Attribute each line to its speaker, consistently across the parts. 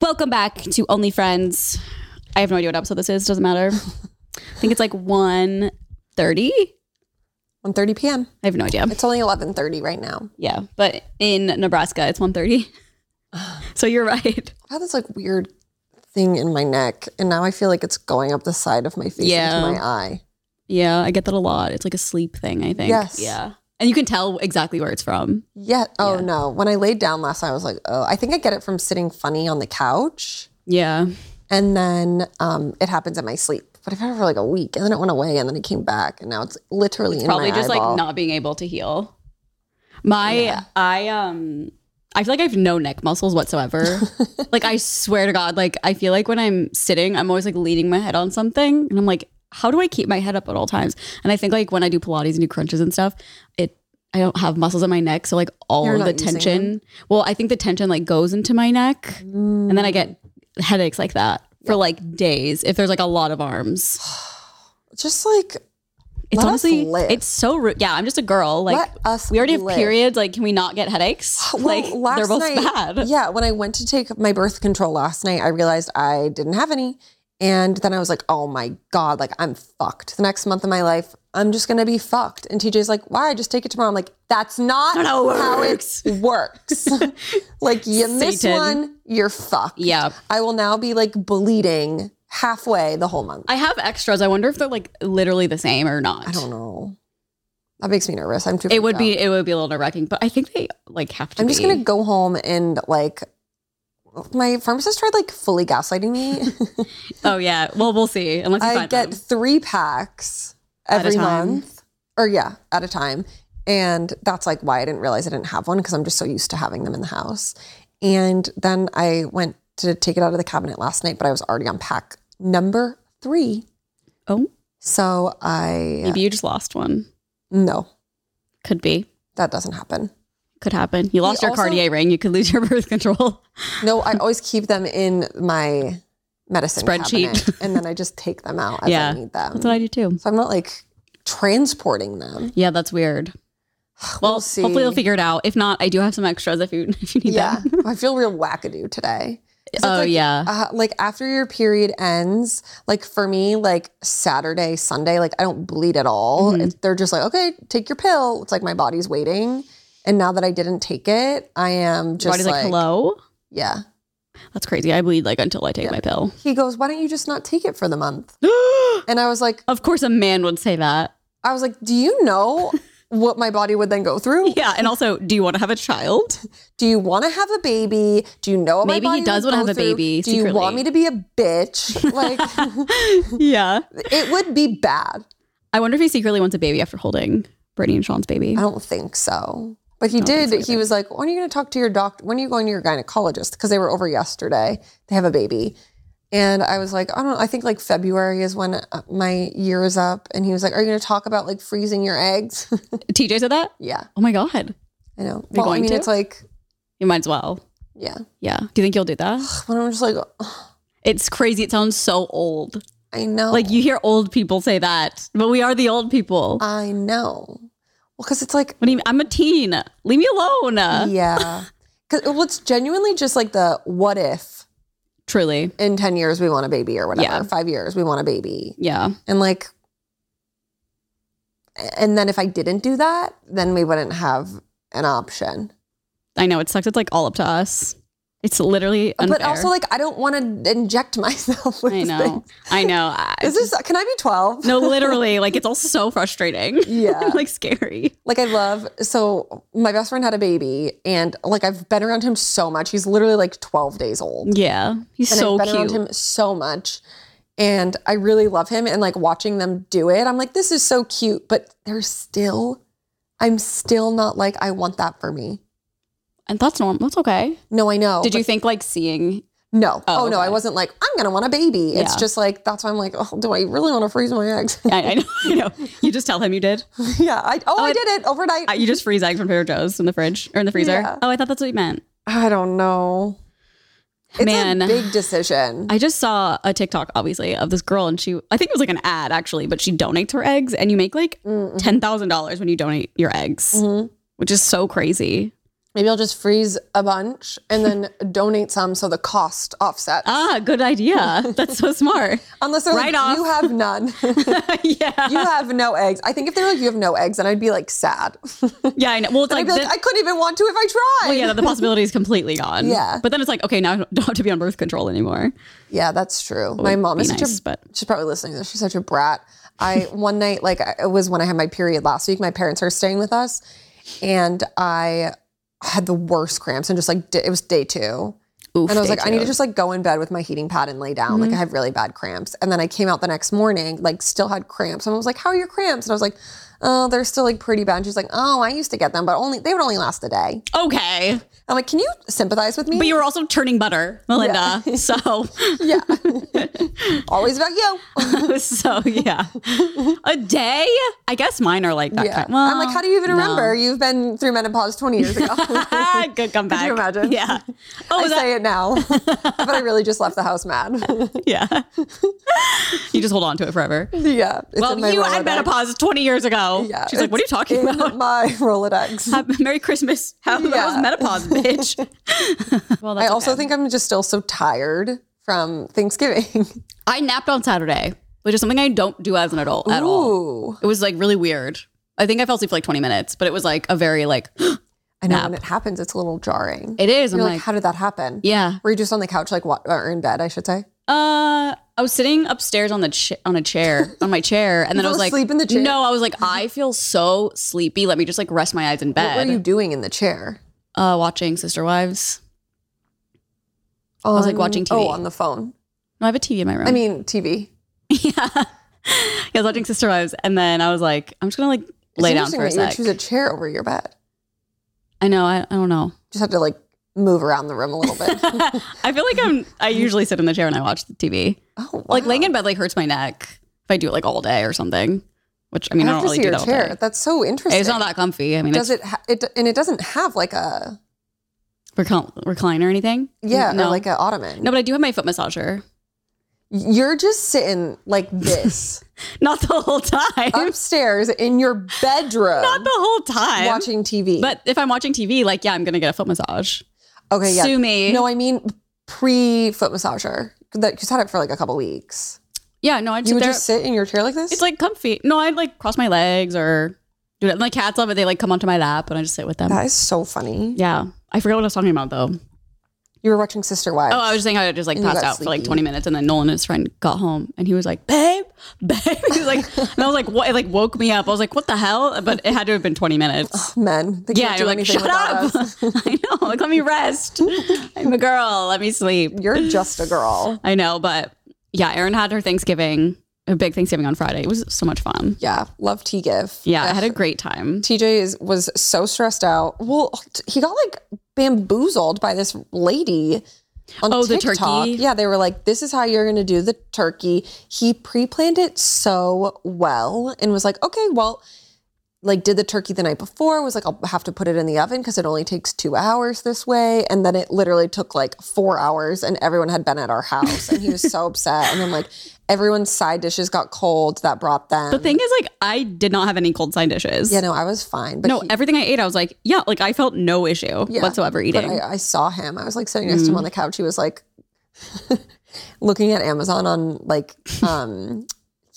Speaker 1: Welcome back to Only Friends. I have no idea what episode this is. Doesn't matter. I think it's like 1.30. I
Speaker 2: 1.30 p.m.
Speaker 1: have no idea.
Speaker 2: It's only 11.30 right now.
Speaker 1: Yeah, but in Nebraska, it's 1.30. So you're right.
Speaker 2: I have this like weird thing in my neck and now I feel like it's going up the side of my face
Speaker 1: Yeah.
Speaker 2: into my eye.
Speaker 1: Yeah, I get that a lot. It's like a sleep thing, I think.
Speaker 2: Yes.
Speaker 1: Yeah. And you can tell exactly where it's from.
Speaker 2: Yeah. Oh
Speaker 1: Yeah.
Speaker 2: no. When I laid down last night, I was like, oh, I think I get it from sitting funny on the couch.
Speaker 1: Yeah.
Speaker 2: And then um, it happens in my sleep. But I've had it for like a week and then it went away and then it came back and now it's literally in
Speaker 1: Probably
Speaker 2: my
Speaker 1: just
Speaker 2: eyeball.
Speaker 1: like not being able to heal. My I um I feel like I have no neck muscles whatsoever. like I swear to God, like I feel like when I'm sitting, I'm always like leaning my head on something and I'm like, how do I keep my head up at all times? And I think like when I do Pilates and do crunches and stuff, it I don't have muscles in my neck. So like all
Speaker 2: You're
Speaker 1: of the
Speaker 2: not using
Speaker 1: tension. Well, I think the tension like goes into my neck. And then I get
Speaker 2: Mm.
Speaker 1: headaches like that for like days if there's like a lot of arms.
Speaker 2: just like
Speaker 1: It's
Speaker 2: Let us
Speaker 1: honestly,
Speaker 2: live.
Speaker 1: it's so rude. Yeah, I'm just a girl. Like,
Speaker 2: Let us
Speaker 1: we already have
Speaker 2: live.
Speaker 1: periods. Like, can we not get headaches?
Speaker 2: Well,
Speaker 1: like, they're both bad.
Speaker 2: Yeah, when I went to take my birth control last night, I realized I didn't have any. And then I was like, oh my God, like I'm fucked. The next month of my life, I'm just gonna be fucked. And TJ's like, why? Just take it tomorrow. I'm like, that's not
Speaker 1: Not how it works.
Speaker 2: it works. like you miss
Speaker 1: Satan.
Speaker 2: one, you're fucked.
Speaker 1: Yeah.
Speaker 2: I will now be like bleeding halfway the whole month.
Speaker 1: I have extras. I wonder if they're like literally the same or not.
Speaker 2: I don't know. That makes me nervous. I'm too
Speaker 1: It would
Speaker 2: freaked out.
Speaker 1: be it would be a little nerve wracking, but I think they like have to.
Speaker 2: I'm just
Speaker 1: be.
Speaker 2: gonna go home and like my pharmacist tried like fully gaslighting me.
Speaker 1: Oh yeah. Well, we'll see. Unless you
Speaker 2: I
Speaker 1: find
Speaker 2: get
Speaker 1: them.
Speaker 2: three packs
Speaker 1: At a
Speaker 2: every
Speaker 1: time.
Speaker 2: month, or yeah, at a time, and that's like why I didn't realize I didn't have one because I'm just so used to having them in the house. And then I went to take it out of the cabinet last night, but I was already on pack number three,
Speaker 1: Oh,
Speaker 2: so I
Speaker 1: maybe you just lost one.
Speaker 2: no,
Speaker 1: Could be.
Speaker 2: that doesn't happen.
Speaker 1: Could happen. You lost your
Speaker 2: also-
Speaker 1: Cartier ring. You could lose your birth control.
Speaker 2: No, I always keep them in my medicine
Speaker 1: Spreadsheet.
Speaker 2: cabinet, and then I just take them out as
Speaker 1: Yeah.
Speaker 2: I need them.
Speaker 1: That's what I do too.
Speaker 2: so I'm not like transporting them.
Speaker 1: Yeah, that's weird. Well,
Speaker 2: We'll, see.
Speaker 1: hopefully they'll figure it out. If not, I do have some extras if you if you need
Speaker 2: Yeah,
Speaker 1: them.
Speaker 2: I feel real wackadoo today. 'Cause it's
Speaker 1: Oh
Speaker 2: like,
Speaker 1: yeah.
Speaker 2: Uh, like after your period ends, like for me, like Saturday, Sunday, like I don't bleed at all.
Speaker 1: Mm-hmm.
Speaker 2: It's They're just like, okay, take your pill. It's like my body's waiting, and now that I didn't take it, I am just
Speaker 1: Body's
Speaker 2: like,
Speaker 1: like, hello.
Speaker 2: yeah.
Speaker 1: That's crazy. I bleed like until I take my pill.
Speaker 2: He goes, why don't you just not take it for the month? And I was like,
Speaker 1: Of course, a man would say that.
Speaker 2: I was like, do you know what my body would then go through?
Speaker 1: Yeah. And also, do you want to have a child?
Speaker 2: Do you want to have a baby? Do you know what my
Speaker 1: Maybe he
Speaker 2: body
Speaker 1: does
Speaker 2: would
Speaker 1: wanna
Speaker 2: go
Speaker 1: have a
Speaker 2: through?
Speaker 1: baby
Speaker 2: Do you want
Speaker 1: secretly.
Speaker 2: me to be a bitch? Like
Speaker 1: yeah.
Speaker 2: it would be bad.
Speaker 1: I wonder if he secretly wants a baby after holding Brittany and Sean's baby.
Speaker 2: I don't think so. But he did. he was like, when are you going to talk to your doctor? When are you going to your gynecologist? Because they were over yesterday. They have a baby. And I was like, I don't know. I think like February is when uh, my year is up. And he was like, Are you going to talk about like freezing your eggs?
Speaker 1: TJ said that?
Speaker 2: yeah,
Speaker 1: Oh my God.
Speaker 2: I know. Well, I
Speaker 1: going
Speaker 2: mean,
Speaker 1: to?
Speaker 2: it's like,
Speaker 1: You might as well.
Speaker 2: yeah.
Speaker 1: Yeah. Do you think you'll do that?
Speaker 2: When I'm just like, "Ugh,
Speaker 1: It's crazy. It sounds so old.
Speaker 2: I know.
Speaker 1: Oh. Like you hear old people say that, but we are the old people.
Speaker 2: I know. Well, because it's like,
Speaker 1: What do you mean? I'm a teen. Leave me alone.
Speaker 2: yeah. Because well, it's genuinely just like the what if
Speaker 1: Truly.
Speaker 2: in 10 years we want a baby or whatever,
Speaker 1: Yeah.
Speaker 2: five years we want a baby.
Speaker 1: Yeah.
Speaker 2: And like, and then if I didn't do that, then we wouldn't have an option.
Speaker 1: I know. It sucks. It's like all up to us. It's literally unfair.
Speaker 2: But also, like, I don't want to inject myself with
Speaker 1: I know. I know. I-
Speaker 2: This is this, can I be 12?
Speaker 1: No, literally, like it's all so frustrating.
Speaker 2: Yeah.
Speaker 1: like scary.
Speaker 2: Like I love so my best friend had a baby and like I've been around him so much. He's literally like 12 days old.
Speaker 1: Yeah. He's
Speaker 2: and
Speaker 1: so
Speaker 2: I've been
Speaker 1: cute.
Speaker 2: around him so much. And I really love him. And like watching them do it, I'm like, this is so cute. But they're still, I'm still not like, I want that for me.
Speaker 1: And that's normal. That's okay.
Speaker 2: No, I know.
Speaker 1: Did you think like seeing
Speaker 2: but No. Oh,
Speaker 1: Oh,
Speaker 2: no, I
Speaker 1: okay.
Speaker 2: wasn't like, I'm gonna want a baby. It's
Speaker 1: Yeah.
Speaker 2: just like that's why I'm like, oh, do I really want to freeze my eggs?
Speaker 1: I, I know, I know. You just tell him you did.
Speaker 2: yeah. I oh, I
Speaker 1: it-
Speaker 2: did it overnight.
Speaker 1: Uh,
Speaker 2: I,
Speaker 1: You just freeze eggs from Trader Joe's in the fridge or in the freezer.
Speaker 2: Yeah.
Speaker 1: Oh, I thought that's what you meant.
Speaker 2: don't know. It's
Speaker 1: Man.
Speaker 2: a big decision.
Speaker 1: I just saw a TikTok, obviously, of this girl, and she I think it was like an ad actually, but she donates her eggs,
Speaker 2: Mm-hmm.
Speaker 1: and you make like ten thousand dollars when you donate your eggs,
Speaker 2: Mhm.
Speaker 1: which is so crazy.
Speaker 2: Maybe I'll just freeze a bunch and then donate some so the cost offsets.
Speaker 1: Ah, good idea. That's so smart.
Speaker 2: Unless they're
Speaker 1: right
Speaker 2: like,
Speaker 1: off.
Speaker 2: you have none.
Speaker 1: yeah.
Speaker 2: you have no eggs. I think if they were like, you have no eggs, then I'd be like sad.
Speaker 1: Yeah, I know. Well, it's
Speaker 2: I'd
Speaker 1: like,
Speaker 2: be like,
Speaker 1: the-
Speaker 2: I couldn't even want to if I tried.
Speaker 1: well, yeah, the possibility is completely gone.
Speaker 2: Yeah.
Speaker 1: But then it's like, okay, now I don't have to be on birth control anymore.
Speaker 2: Yeah, that's true. My mom
Speaker 1: be
Speaker 2: is such
Speaker 1: nice,
Speaker 2: a
Speaker 1: but-
Speaker 2: she's probably listening to this. She's such a brat. I one night like I- it was when I had my period last week. My parents are staying with us, and I had the worst cramps and just like di- it was day two.
Speaker 1: Oof.
Speaker 2: And I was
Speaker 1: day
Speaker 2: like, I
Speaker 1: two.
Speaker 2: need
Speaker 1: Mm-hmm.
Speaker 2: to just like go in bed with my heating pad and lay down. Like I had really bad cramps. And then I came out the next morning, like still had cramps. And I was like, How are your cramps? And I was like, Oh, they're still like pretty bad. And she's like, Oh, I used to get them, but only they would only last a day.
Speaker 1: Okay.
Speaker 2: I'm like, Can you sympathize with me?
Speaker 1: But you were also churning butter, Melinda. So,
Speaker 2: yeah. Always about you.
Speaker 1: so yeah. A day? I guess mine are like that
Speaker 2: Yeah.
Speaker 1: kind. Well,
Speaker 2: I'm like, how do you even
Speaker 1: no.
Speaker 2: remember? You've been through menopause 20 years ago.
Speaker 1: Ah, good comeback.
Speaker 2: you imagine?
Speaker 1: Yeah. Oh,
Speaker 2: I
Speaker 1: is that,
Speaker 2: say it now, but I really just left the house mad.
Speaker 1: yeah. you just hold on to it forever.
Speaker 2: yeah. It's in my
Speaker 1: well, you had
Speaker 2: Rolodex.
Speaker 1: menopause 20 years ago.
Speaker 2: Yeah,
Speaker 1: She's like, what are you
Speaker 2: it's
Speaker 1: talking
Speaker 2: in
Speaker 1: about?
Speaker 2: My Rolodex.
Speaker 1: Merry Christmas. How
Speaker 2: Yeah.
Speaker 1: how's menopause, bitch? well,
Speaker 2: I
Speaker 1: that's
Speaker 2: also
Speaker 1: okay.
Speaker 2: think I'm just still so tired from Thanksgiving.
Speaker 1: I napped on Saturday, which is something I don't do as an adult at all.
Speaker 2: Ooh.
Speaker 1: It was like really weird. I think I fell asleep for like 20 minutes, but it was like a very like
Speaker 2: I know
Speaker 1: Nap.
Speaker 2: when it happens, it's a little jarring.
Speaker 1: it is. I'm
Speaker 2: You're like,
Speaker 1: like,
Speaker 2: how did that happen?
Speaker 1: yeah.
Speaker 2: Were you just on the couch, like, wa- or in bed, I should say?
Speaker 1: Uh, I was sitting upstairs on the ch- on a chair on my chair, and then I
Speaker 2: fell
Speaker 1: was like,
Speaker 2: asleep in the chair?
Speaker 1: No, I was like, I feel so sleepy. Let me just like rest my eyes in
Speaker 2: What
Speaker 1: bed.
Speaker 2: were you doing in the chair?
Speaker 1: uh, watching Sister Wives.
Speaker 2: I
Speaker 1: was, like, watching TV.
Speaker 2: Oh, on the phone.
Speaker 1: No, I have a TV in my room.
Speaker 2: I mean, TV.
Speaker 1: yeah. yeah, I was watching Sister Wives, and then I was like, I'm just gonna like
Speaker 2: It's
Speaker 1: lay down
Speaker 2: interesting
Speaker 1: for a
Speaker 2: that you would
Speaker 1: sec.
Speaker 2: choose a chair over your bed.
Speaker 1: I know. I, I don't know.
Speaker 2: just have to like move around the room a little bit.
Speaker 1: I feel like I'm. I usually sit in the chair and I watch the TV.
Speaker 2: oh, wow.
Speaker 1: Like laying in bed like hurts my neck if I do it like all day or something. Which I
Speaker 2: I
Speaker 1: mean, I, don't
Speaker 2: have to
Speaker 1: really
Speaker 2: see
Speaker 1: do
Speaker 2: your
Speaker 1: that. all
Speaker 2: chair.
Speaker 1: day.
Speaker 2: That's so interesting.
Speaker 1: It's not that comfy. I mean,
Speaker 2: Does
Speaker 1: it's
Speaker 2: it? Ha- it and it doesn't have like a
Speaker 1: recl- recliner or anything.
Speaker 2: yeah,
Speaker 1: no,
Speaker 2: or like an ottoman.
Speaker 1: no, but I do have my foot massager.
Speaker 2: You're just sitting like this
Speaker 1: Not the whole time.
Speaker 2: upstairs in your bedroom
Speaker 1: Not the whole time.
Speaker 2: watching TV.
Speaker 1: But if I'm watching TV, like yeah, I'm gonna get a foot massage.
Speaker 2: okay, yeah.
Speaker 1: Sue me.
Speaker 2: No, I mean pre foot massager. That you had it for like a couple weeks.
Speaker 1: Yeah, no, I
Speaker 2: You
Speaker 1: just,
Speaker 2: would
Speaker 1: there.
Speaker 2: just sit in your chair like this.
Speaker 1: it's like comfy. No, I like cross my legs or do that. My cats love it. They like come onto my lap and I just sit with them.
Speaker 2: that is so funny.
Speaker 1: yeah, I forgot what I was talking about though.
Speaker 2: You were watching Sister Wives.
Speaker 1: Oh, I was just saying I just like
Speaker 2: And you
Speaker 1: passed
Speaker 2: got
Speaker 1: out for like
Speaker 2: sleepy.
Speaker 1: 20 minutes and then Nolan and his friend got home and he was like, babe, babe. He was like, and I was like, what? It like woke me up. I was like, what the hell? But it had to have been 20 minutes.
Speaker 2: Men, they
Speaker 1: Yeah.
Speaker 2: can't
Speaker 1: You're
Speaker 2: do
Speaker 1: like,
Speaker 2: anything
Speaker 1: shut
Speaker 2: without
Speaker 1: up.
Speaker 2: us.
Speaker 1: I know. Like, let me rest. I'm a girl. Let me sleep.
Speaker 2: You're just a girl.
Speaker 1: I know. But yeah, Erin had her Thanksgiving, a big Thanksgiving on Friday. It was so much fun.
Speaker 2: Yeah, love T give.
Speaker 1: Yeah. I had a great time.
Speaker 2: TJ is, was so stressed out. Well, he got like bamboozled by this lady on
Speaker 1: Oh, the
Speaker 2: TikTok.
Speaker 1: turkey?
Speaker 2: Yeah, they were like, "This is how you're going to do the turkey." He pre-planned it so well and was like, "Okay, well." Like did the turkey the night before was like I'll have to put it in the oven because it only takes two hours this way, and then it literally took like four hours, and everyone had been at our house, and he was so upset. And then like everyone's side dishes got cold that brought them.
Speaker 1: The thing is, like, I did not have any cold side dishes.
Speaker 2: yeah, no, I was fine, but
Speaker 1: No,
Speaker 2: he-
Speaker 1: everything I ate, I was like, yeah, like I felt no issue
Speaker 2: Yeah.
Speaker 1: whatsoever
Speaker 2: But
Speaker 1: eating. Mm.
Speaker 2: I, I saw him. I was like sitting next to him on the couch. He was like looking at Amazon on like um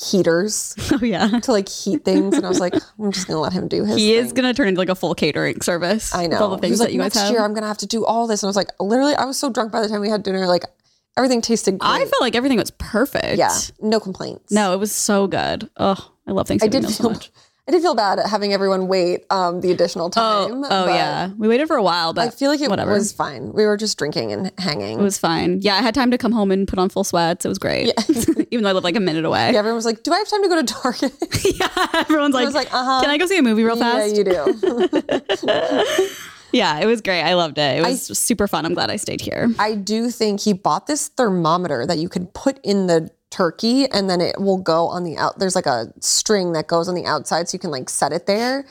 Speaker 2: heaters
Speaker 1: oh, yeah.
Speaker 2: to like heat things, and I was like, I'm just gonna let him do his.
Speaker 1: He is
Speaker 2: thing.
Speaker 1: gonna turn into like a full catering service.
Speaker 2: I
Speaker 1: with
Speaker 2: know.
Speaker 1: all the
Speaker 2: he
Speaker 1: things
Speaker 2: was like,
Speaker 1: that you guys
Speaker 2: next
Speaker 1: have.
Speaker 2: year I'm gonna have to do all this, and I was like, literally, I was so drunk by the time we had dinner. Like everything tasted great.
Speaker 1: I felt like everything was perfect.
Speaker 2: yeah, no complaints.
Speaker 1: No, it was so good. Oh, I love
Speaker 2: I
Speaker 1: Thanksgiving
Speaker 2: did
Speaker 1: meals so
Speaker 2: feel.
Speaker 1: much.
Speaker 2: I did feel bad at having everyone wait um, the additional time.
Speaker 1: Oh, oh
Speaker 2: but
Speaker 1: yeah. We waited for a while, but
Speaker 2: I feel like it
Speaker 1: whatever. Mm.
Speaker 2: was fine. We were just drinking and hanging.
Speaker 1: it was fine. Yeah, I had time to come home and put on full sweats. It was great. Even though I live like a minute away.
Speaker 2: yeah, everyone was like, "Do I have time to go to Target?"
Speaker 1: Yeah, everyone's like,
Speaker 2: was like, uh-huh.
Speaker 1: Can I go see a movie real fast? Yeah,
Speaker 2: Yeah, you do.
Speaker 1: it was great. I loved it. It was super fun. I'm glad I stayed here.
Speaker 2: I do think he bought this thermometer that you could put in the turkey and then it will go on the out. There's like a string that goes on the outside so you can like set it there.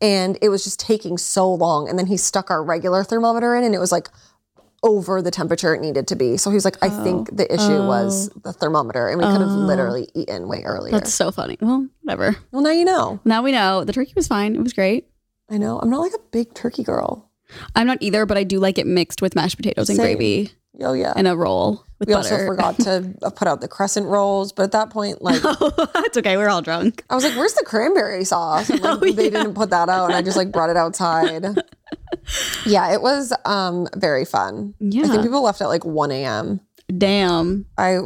Speaker 2: And it was just taking so long. And then he stuck our regular thermometer in and it was like over the temperature it needed to be. So he was like, I
Speaker 1: Oh.
Speaker 2: think the issue was the thermometer and we could have literally eaten way earlier.
Speaker 1: That's so funny. Well, whatever.
Speaker 2: well, now you know.
Speaker 1: Now we know the turkey was fine. It was great.
Speaker 2: I know. I'm not like a big turkey girl.
Speaker 1: I'm not either, but I do like it mixed with mashed potatoes and
Speaker 2: Same.
Speaker 1: gravy
Speaker 2: Oh yeah.
Speaker 1: and a roll with
Speaker 2: we
Speaker 1: butter.
Speaker 2: also forgot to uh, put out the crescent rolls, but at that point, like
Speaker 1: Oh, That's okay. We're all drunk.
Speaker 2: I was like, "Where's the cranberry sauce?" And, like,
Speaker 1: Oh,
Speaker 2: they
Speaker 1: yeah.
Speaker 2: didn't put that out. I just like brought it outside. yeah, it was um very fun. I
Speaker 1: Yeah.
Speaker 2: think people left at like one a.m.
Speaker 1: Damn.
Speaker 2: I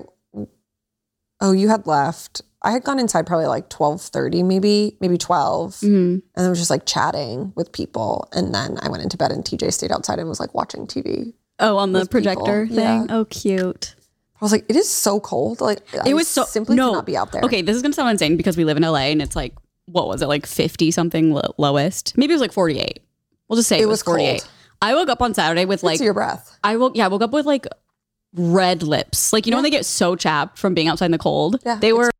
Speaker 2: oh, you had left. I had gone inside probably like twelve thirty, maybe maybe twelve,
Speaker 1: Mhm.
Speaker 2: and I was just like chatting with people. And then I went into bed, and TJ stayed outside and was like watching TV.
Speaker 1: Oh, on the
Speaker 2: With people,
Speaker 1: projector
Speaker 2: yeah.
Speaker 1: thing. Oh, cute.
Speaker 2: I was like, "It is so cold. Like
Speaker 1: It was so
Speaker 2: simply
Speaker 1: no.
Speaker 2: cannot be out there."
Speaker 1: Okay, this is gonna sound insane because we live in LA and it's like what was it like fifty something lo- lowest? Maybe it was like forty eight. We'll just say it,
Speaker 2: It
Speaker 1: was
Speaker 2: was cold.
Speaker 1: forty eight. I woke up on Saturday with
Speaker 2: like
Speaker 1: like
Speaker 2: to your breath.
Speaker 1: I woke yeah I woke up with like red lips. Like you know when they get so chapped from being outside in the cold.
Speaker 2: Yeah,
Speaker 1: they were.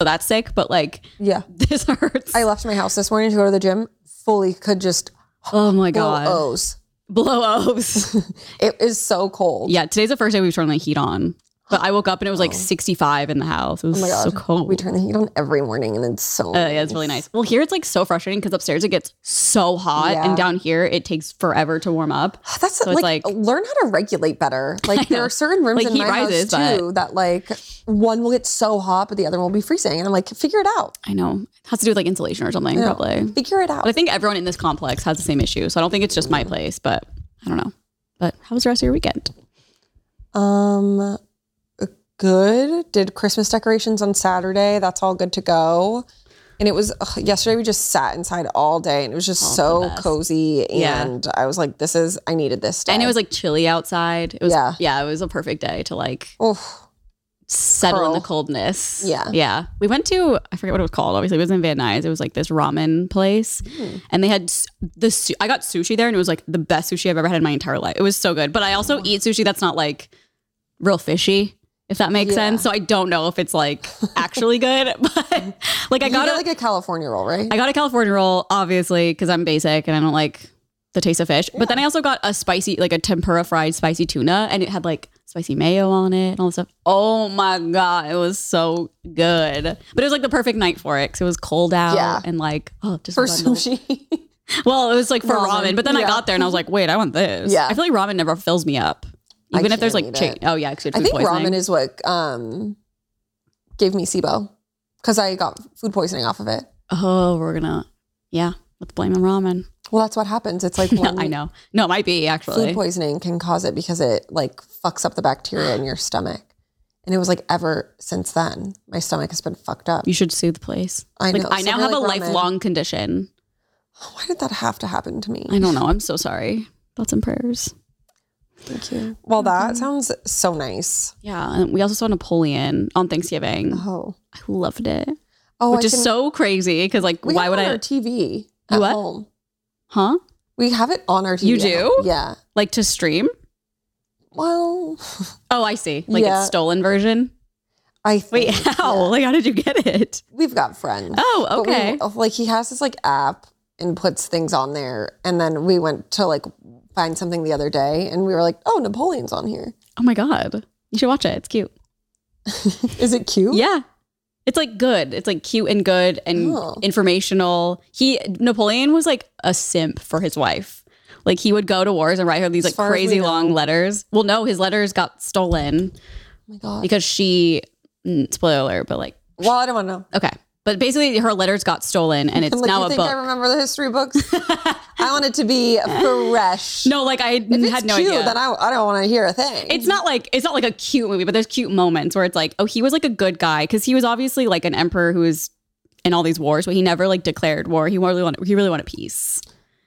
Speaker 1: So that's sick, but like
Speaker 2: Yeah.
Speaker 1: this hurts.
Speaker 2: I left my house this morning to go to the gym. Fully could just
Speaker 1: oh my
Speaker 2: blow
Speaker 1: god,
Speaker 2: O's.
Speaker 1: blow O's.
Speaker 2: It is so cold.
Speaker 1: Yeah, today's the first day we've turned the heat on. But I woke up and it was like 65 in the house. It was
Speaker 2: Oh my god.
Speaker 1: so cold.
Speaker 2: We turn the heat on every morning, and it's so.
Speaker 1: Uh, yeah, it's really nice. Well, here it's like so frustrating because upstairs it gets so hot,
Speaker 2: Yeah.
Speaker 1: and down here it takes forever to warm up.
Speaker 2: That's
Speaker 1: it's like-
Speaker 2: like, learn how to regulate better. Like there are certain rooms
Speaker 1: Like,
Speaker 2: in
Speaker 1: heat
Speaker 2: my
Speaker 1: rises,
Speaker 2: house
Speaker 1: but-
Speaker 2: too that like one will get so hot, but the other one will be freezing, and I'm like, figure it out.
Speaker 1: I know it has to do with like insulation or something,
Speaker 2: No,
Speaker 1: probably.
Speaker 2: Figure it out.
Speaker 1: But I think everyone in this complex has the same issue, so I don't think it's just my place. But I don't know. But how was the rest of your weekend?
Speaker 2: Um, good. Did Christmas decorations on Saturday. That's all good to go. And it was ugh, yesterday. We just sat inside all day, and it was just
Speaker 1: Oh, the
Speaker 2: so
Speaker 1: best.
Speaker 2: cozy.
Speaker 1: Yeah.
Speaker 2: And I was like, "This is. I needed this day."
Speaker 1: And it was like chilly outside. It was
Speaker 2: Yeah.
Speaker 1: yeah, it was a perfect day to like
Speaker 2: Oh,
Speaker 1: settle in
Speaker 2: Curl.
Speaker 1: the coldness.
Speaker 2: Yeah.
Speaker 1: yeah. We went to I forget what it was called. Obviously, it was in Van Nuys. It was like this ramen place,
Speaker 2: Hmm.
Speaker 1: and they had s- the su- I got sushi there, and it was like the best sushi I've ever had in my entire life. It was so good. But I also eat sushi that's not like real fishy. If that makes
Speaker 2: Yeah.
Speaker 1: sense. So I don't know if it's like actually good, but like I
Speaker 2: you got
Speaker 1: got a,
Speaker 2: like a California roll, right?
Speaker 1: I got a California roll, obviously, because I'm basic and I don't like the taste of fish. But then I also got a spicy, like a tempura fried spicy tuna, and it had like spicy mayo on it and all this stuff. Oh my god, it was so good. But it was like the perfect night for it because it was cold out
Speaker 2: Yeah.
Speaker 1: and like oh just
Speaker 2: For
Speaker 1: bundled.
Speaker 2: sushi.
Speaker 1: Well, it was like for
Speaker 2: Ramen.
Speaker 1: ramen, but then I
Speaker 2: Yeah.
Speaker 1: got there and I was like, wait, I want this.
Speaker 2: Yeah.
Speaker 1: I feel like ramen never fills me up,
Speaker 2: I
Speaker 1: even if there's
Speaker 2: can't
Speaker 1: like
Speaker 2: eat
Speaker 1: cha-
Speaker 2: it.
Speaker 1: oh yeah, because
Speaker 2: I think ramen is what um gave me SIBO because I got food poisoning off of it.
Speaker 1: oh, we're gonna yeah, let's blame on ramen.
Speaker 2: Well, that's what happens. It's like
Speaker 1: Yeah,
Speaker 2: one
Speaker 1: I know. No, it might be actually.
Speaker 2: food poisoning can cause it because it like fucks up the bacteria in your stomach. And it was like ever since then, my stomach has been fucked up.
Speaker 1: You should sue the place.
Speaker 2: I
Speaker 1: like
Speaker 2: know.
Speaker 1: I
Speaker 2: So
Speaker 1: now
Speaker 2: I
Speaker 1: have a
Speaker 2: like ramen.
Speaker 1: lifelong condition.
Speaker 2: Why did that have to happen to me?
Speaker 1: I don't know. I'm so sorry. Thoughts and prayers.
Speaker 2: Thank you. Mm-hmm. Well, that sounds so nice.
Speaker 1: Yeah, and we also saw Napoleon on Thanksgiving.
Speaker 2: Oh,
Speaker 1: I loved it,
Speaker 2: oh,
Speaker 1: which
Speaker 2: I
Speaker 1: is
Speaker 2: can-
Speaker 1: so crazy because like,
Speaker 2: We
Speaker 1: why
Speaker 2: have
Speaker 1: would
Speaker 2: it on
Speaker 1: I?
Speaker 2: Our TV at
Speaker 1: What?
Speaker 2: home.
Speaker 1: huh?
Speaker 2: We have it on our TV.
Speaker 1: You
Speaker 2: at
Speaker 1: do?
Speaker 2: home. Yeah.
Speaker 1: Like to stream?
Speaker 2: Well,
Speaker 1: Oh, I see. Like
Speaker 2: Yeah.
Speaker 1: it's stolen version.
Speaker 2: I think,
Speaker 1: Wait, how?
Speaker 2: yeah.
Speaker 1: Like, how did you get it?
Speaker 2: We've got friends.
Speaker 1: Oh,
Speaker 2: But we-
Speaker 1: okay.
Speaker 2: like he has this like app and puts things on there. And then we went to like find something the other day and we were like, oh, Napoleon's on here.
Speaker 1: oh my god, you should watch it. It's cute.
Speaker 2: Is it cute?
Speaker 1: Yeah. It's like good. It's like cute and good and
Speaker 2: Oh.
Speaker 1: informational. He Napoleon was like a simp for his wife. Like he would go to wars and write her these
Speaker 2: As
Speaker 1: like
Speaker 2: far as we
Speaker 1: crazy
Speaker 2: know.
Speaker 1: long letters. Well, no, his letters got stolen
Speaker 2: Oh my God.
Speaker 1: because she mm, spoiler alert, but like
Speaker 2: Well, I don't want to know.
Speaker 1: okay. But basically her letters got stolen and it's
Speaker 2: I'm like,
Speaker 1: now
Speaker 2: you
Speaker 1: a
Speaker 2: think I
Speaker 1: book.
Speaker 2: remember the history books? I want it to be fresh.
Speaker 1: No, like I
Speaker 2: If
Speaker 1: had
Speaker 2: it's
Speaker 1: no
Speaker 2: cute,
Speaker 1: idea.
Speaker 2: then I, I don't want to hear a thing.
Speaker 1: it's not like it's not like a cute movie, but there's cute moments where it's like, oh, he was like a good guy because he was obviously like an emperor who was in all these wars, but he never like declared war. He really wanted he really wanted peace.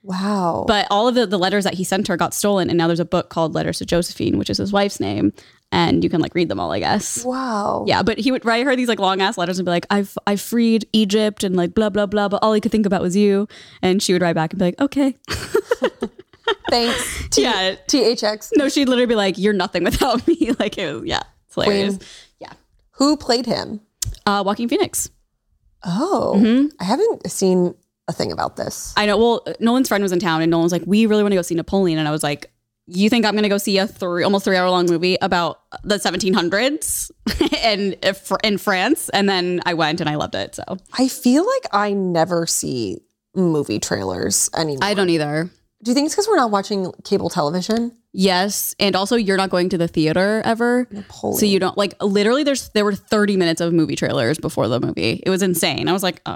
Speaker 2: wow.
Speaker 1: But all of the, the letters that he sent her got stolen, and now there's a book called Letters to Josephine, which is his wife's name, and you can like read them all, I guess.
Speaker 2: wow.
Speaker 1: Yeah, but he would write her these like long ass letters and be like, "I've I freed Egypt and like blah blah blah," but all he could think about was you, and she would write back and be like, "Okay."
Speaker 2: Thanks. T-
Speaker 1: Yeah.
Speaker 2: THX.
Speaker 1: No, she'd literally be like, "You're nothing without me." Like it was, yeah, it's hilarious.
Speaker 2: Queen. Who played him?
Speaker 1: Uh, Walking Phoenix.
Speaker 2: Oh, I haven't seen a thing about this.
Speaker 1: Mm-hmm. I know. Well, uh, Nolan's friend was in town, and Nolan's like, "We really want to go see Napoleon," and I was like, "You think I'm going to go see a three, almost three hour long movie about the 1700s and if- in France?" And then I went, and I loved it. So
Speaker 2: I feel like I never see movie trailers anymore.
Speaker 1: I don't either.
Speaker 2: Do you think it's because we're not watching cable television?
Speaker 1: Yes, and also you're not going to the theater ever. So you don't like literally there's there were 30 minutes of movie trailers before the movie. It was insane. I was like, oh,